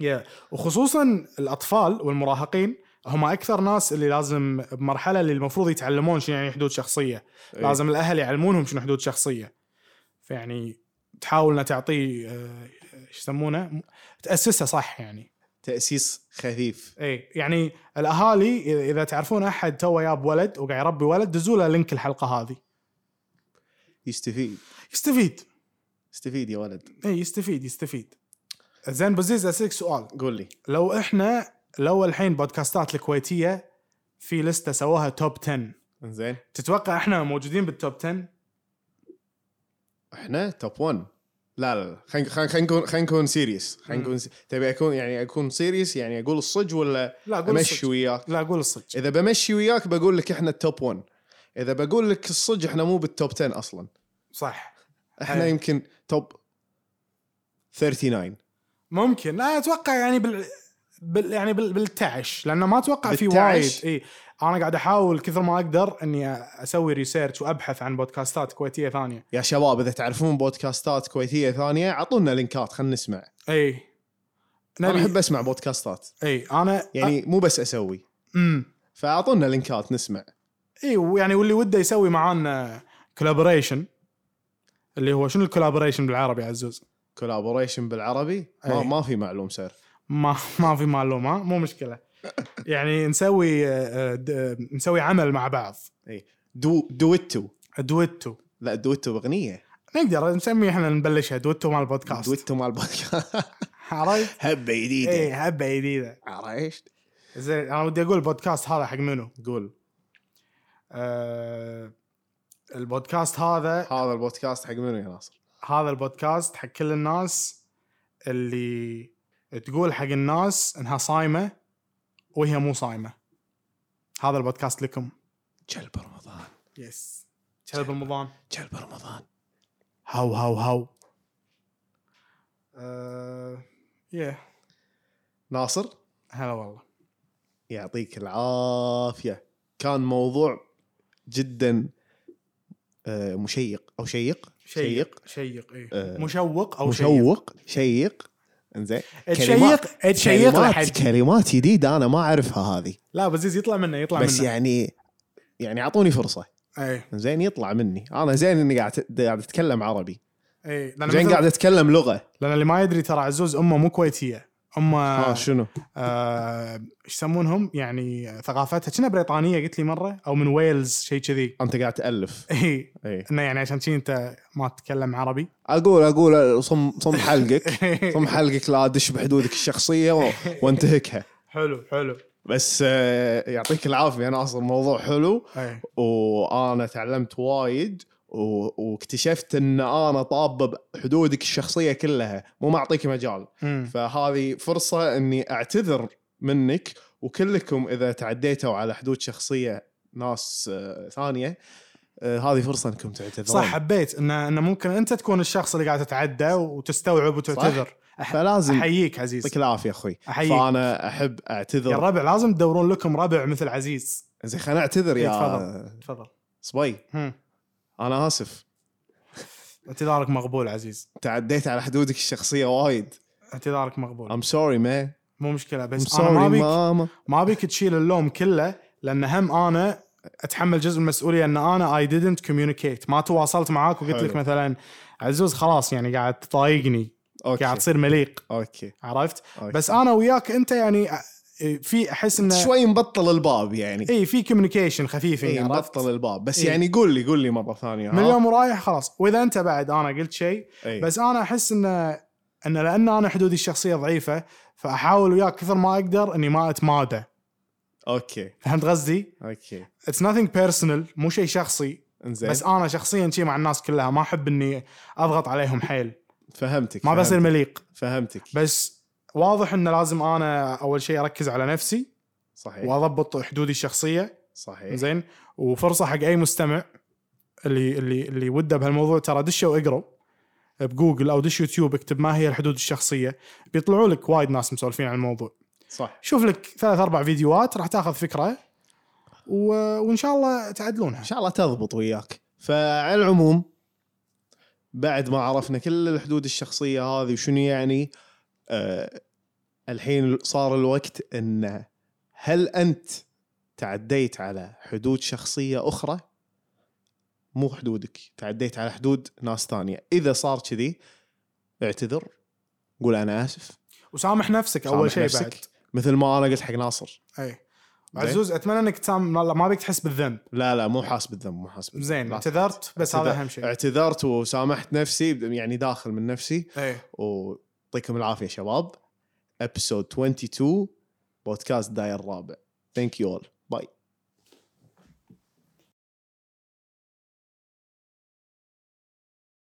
Speaker 3: يا وخصوصا الاطفال والمراهقين هم اكثر ناس اللي لازم بمرحله اللي المفروض يتعلمون شنو يعني حدود شخصيه
Speaker 2: إي.
Speaker 3: لازم الاهل يعلمونهم شنو حدود شخصيه فيعني تحاول انه تعطيه آه، ايش يسمونه م- تاسسه صح يعني
Speaker 2: تاسيس خفيف
Speaker 3: اي يعني الاهالي إذا- اذا تعرفون احد تو ياب ولد وقاعد يربي ولد دزوا له لينك الحلقه هذه
Speaker 2: يستفيد
Speaker 3: يستفيد
Speaker 2: استفيد يا ولد
Speaker 3: اي يستفيد يستفيد زين بزيز اسالك سؤال
Speaker 2: قول لي
Speaker 3: لو احنا لو الحين بودكاستات الكويتيه في لسته سووها توب 10
Speaker 2: زين
Speaker 3: تتوقع احنا موجودين بالتوب 10
Speaker 2: احنا توب 1 لا لا لا خلينا خلينا خلينا نكون خلينا نكون سيريس خلينا نكون س- تبي اكون يعني اكون سيريس يعني اقول الصج ولا
Speaker 3: لا قول
Speaker 2: امشي
Speaker 3: الصج
Speaker 2: وياك
Speaker 3: لا قول الصج
Speaker 2: اذا بمشي وياك بقول لك احنا التوب 1 اذا بقول لك الصج احنا مو بالتوب 10 اصلا
Speaker 3: صح
Speaker 2: احنا
Speaker 3: أي.
Speaker 2: يمكن توب 39
Speaker 3: ممكن لا اتوقع يعني بال, بال... يعني بال... بالتعش لانه ما اتوقع في وايد
Speaker 2: بالتعش؟
Speaker 3: اي انا قاعد احاول كثر ما اقدر اني اسوي ريسيرش وابحث عن بودكاستات كويتيه ثانيه
Speaker 2: يا شباب اذا تعرفون بودكاستات كويتيه ثانيه اعطونا لينكات خلينا نسمع
Speaker 3: اي
Speaker 2: انا
Speaker 3: نبي
Speaker 2: احب اسمع بودكاستات
Speaker 3: اي انا
Speaker 2: يعني مو بس اسوي
Speaker 3: امم
Speaker 2: فاعطونا لينكات نسمع
Speaker 3: اي ويعني واللي وده يسوي معانا كولابوريشن اللي هو شنو الكولابوريشن بالعربي يا عزوز؟
Speaker 2: كولابوريشن بالعربي ما,
Speaker 3: أي.
Speaker 2: ما في معلوم سير
Speaker 3: ما [LAUGHS] ما في معلومه ها؟ مو مشكله يعني نسوي آه، آه، د- آه، نسوي عمل مع بعض
Speaker 2: دو دويتو
Speaker 3: دويتو
Speaker 2: لا دويتو باغنيه
Speaker 3: نقدر نسميه احنا نبلشها دويتو مال البودكاست
Speaker 2: دويتو مع
Speaker 3: [LAUGHS]
Speaker 2: البودكاست [LAUGHS]
Speaker 3: عرفت؟
Speaker 2: هبه
Speaker 3: اي
Speaker 2: جديده
Speaker 3: هبه جديده
Speaker 2: عرفت
Speaker 3: زين انا ودي اقول البودكاست هذا حق منو؟
Speaker 2: قول
Speaker 3: آه البودكاست هذا
Speaker 2: هذا البودكاست حق منو يا ناصر
Speaker 3: هذا البودكاست حق كل الناس اللي تقول حق الناس انها صايمه وهي مو صايمه هذا البودكاست لكم
Speaker 2: كلب رمضان
Speaker 3: يس كلب رمضان
Speaker 2: كلب رمضان
Speaker 3: هاو هاو هاو آه، يا
Speaker 2: ناصر
Speaker 3: هلا والله
Speaker 2: يعطيك العافيه كان موضوع جدا آه، مشيق او شيق
Speaker 3: شيق اي
Speaker 2: آه،
Speaker 3: مشوق او شيق إيه،
Speaker 2: مشوق شيق انزين كلمات-
Speaker 3: تشيق تشيق
Speaker 2: كلمات
Speaker 3: لحد
Speaker 2: كلمات جديده انا ما اعرفها هذه
Speaker 3: لا بزيز يطلع منه يطلع
Speaker 2: بس
Speaker 3: منه إيه،
Speaker 2: يعني يعني اعطوني فرصه
Speaker 3: اي
Speaker 2: زين يطلع مني انا زين اني قاعد قاعد اتكلم عربي
Speaker 3: اي لان
Speaker 2: زين
Speaker 3: مثل-
Speaker 2: قاعد اتكلم لغه
Speaker 3: لان اللي ما يدري ترى عزوز امه مو كويتيه امه
Speaker 2: اه شنو
Speaker 3: آه، ايش يسمونهم يعني ثقافتها كنا بريطانيه قلت لي مره او من ويلز شيء كذي
Speaker 2: انت قاعد تالف
Speaker 3: اي
Speaker 2: اي
Speaker 3: انه يعني عشان كذي انت ما تتكلم عربي
Speaker 2: اقول اقول صم صم
Speaker 3: [LAUGHS]
Speaker 2: حلقك صم حلقك لا ادش بحدودك الشخصيه و- وانتهكها
Speaker 3: حلو حلو
Speaker 2: بس آه، يعطيك العافيه يا ناصر موضوع حلو
Speaker 3: اي
Speaker 2: وانا تعلمت وايد و- واكتشفت ان انا طابه بحدودك الشخصيه كلها مو معطيك مجال
Speaker 3: أمم.
Speaker 2: فهذه فرصه اني اعتذر منك وكلكم اذا تعديتوا على حدود شخصيه ناس آه، ثانيه آه، هذه فرصه انكم تعتذرون
Speaker 3: صح حبيت انه انه ممكن انت تكون الشخص اللي قاعد تتعدى وتستوعب وتعتذر
Speaker 2: فلازم
Speaker 3: احييك عزيز
Speaker 2: يعطيك العافيه اخوي
Speaker 3: أحييك.
Speaker 2: فانا احب
Speaker 3: يا
Speaker 2: اعتذر
Speaker 3: الربع لازم تدورون لكم ربع مثل عزيز
Speaker 2: زين خليني اعتذر
Speaker 3: إيه،
Speaker 2: يا
Speaker 3: تفضل. تفضل
Speaker 2: صبي
Speaker 3: هم.
Speaker 2: انا اسف
Speaker 3: اعتذارك مقبول عزيز
Speaker 2: تعديت على حدودك الشخصيه وايد
Speaker 3: اعتذارك مقبول
Speaker 2: ام سوري ما
Speaker 3: مو مشكله
Speaker 2: ام
Speaker 3: بس انا ما
Speaker 2: سوري
Speaker 3: بيك
Speaker 2: ماما
Speaker 3: ما بيك تشيل اللوم كله لان هم انا اتحمل جزء من المسؤوليه ان انا اي didnt communicate ما تواصلت معاك وقلت
Speaker 2: حلو.
Speaker 3: لك مثلا عزوز خلاص يعني قاعد تضايقني قاعد
Speaker 2: اوكي
Speaker 3: تصير مليق
Speaker 2: اوكي
Speaker 3: عرفت
Speaker 2: أوكي.
Speaker 3: بس انا وياك انت يعني أ- في احس انه
Speaker 2: شوي مبطل الباب يعني
Speaker 3: اي إيه، في كوميونيكيشن خفيف
Speaker 2: اي
Speaker 3: يعني عرفت؟
Speaker 2: مبطل الباب بس
Speaker 3: إيه.
Speaker 2: يعني قول لي قول لي مره ثانيه
Speaker 3: من اليوم ورايح خلاص واذا انت بعد انا قلت شيء
Speaker 2: بس
Speaker 3: بس انا احس انه ان لان انا حدودي الشخصيه ضعيفه فاحاول وياك كثر ما اقدر اني ما اتمادى
Speaker 2: اوكي
Speaker 3: فهمت قصدي؟
Speaker 2: اوكي
Speaker 3: اتس nothing بيرسونال مو شيء شخصي
Speaker 2: انزين
Speaker 3: بس انا شخصيا شي مع الناس كلها ما احب اني اضغط عليهم حيل
Speaker 2: فهمتك
Speaker 3: ما بصير
Speaker 2: فهمتك,
Speaker 3: مليق
Speaker 2: فهمتك
Speaker 3: بس واضح انه لازم انا اول شيء اركز على نفسي
Speaker 2: صحيح
Speaker 3: واضبط حدودي الشخصيه
Speaker 2: صحيح
Speaker 3: زين وفرصه حق اي مستمع اللي اللي اللي وده بهالموضوع ترى دشه واقروا بجوجل او دش يوتيوب اكتب ما هي الحدود الشخصيه بيطلعوا لك وايد ناس مسولفين عن الموضوع
Speaker 2: صح
Speaker 3: شوف لك ثلاث اربع فيديوهات راح تاخذ فكره و... وان شاء الله تعدلونها
Speaker 2: ان شاء الله تضبط وياك فعلى العموم بعد ما عرفنا كل الحدود الشخصيه هذه وشنو يعني آه الحين صار الوقت ان هل انت تعديت على حدود شخصيه اخرى مو حدودك تعديت على حدود ناس ثانيه اذا صار كذي اعتذر قول انا اسف
Speaker 3: وسامح نفسك
Speaker 2: سامح
Speaker 3: اول شيء
Speaker 2: نفسك.
Speaker 3: بعد
Speaker 2: مثل ما انا قلت حق ناصر
Speaker 3: اي
Speaker 2: زين.
Speaker 3: عزوز اتمنى انك تسامح لا، ما بيك تحس بالذنب
Speaker 2: لا لا مو حاسب الذنب مو حاسب الذنب.
Speaker 3: زين
Speaker 2: لا.
Speaker 3: اعتذرت بس
Speaker 2: اعتذر-
Speaker 3: هذا اهم شيء
Speaker 2: اعتذرت وسامحت نفسي يعني داخل من نفسي
Speaker 3: اي
Speaker 2: ويعطيكم العافيه شباب ابسود 22 بودكاست داير الرابع ثانك يو اول باي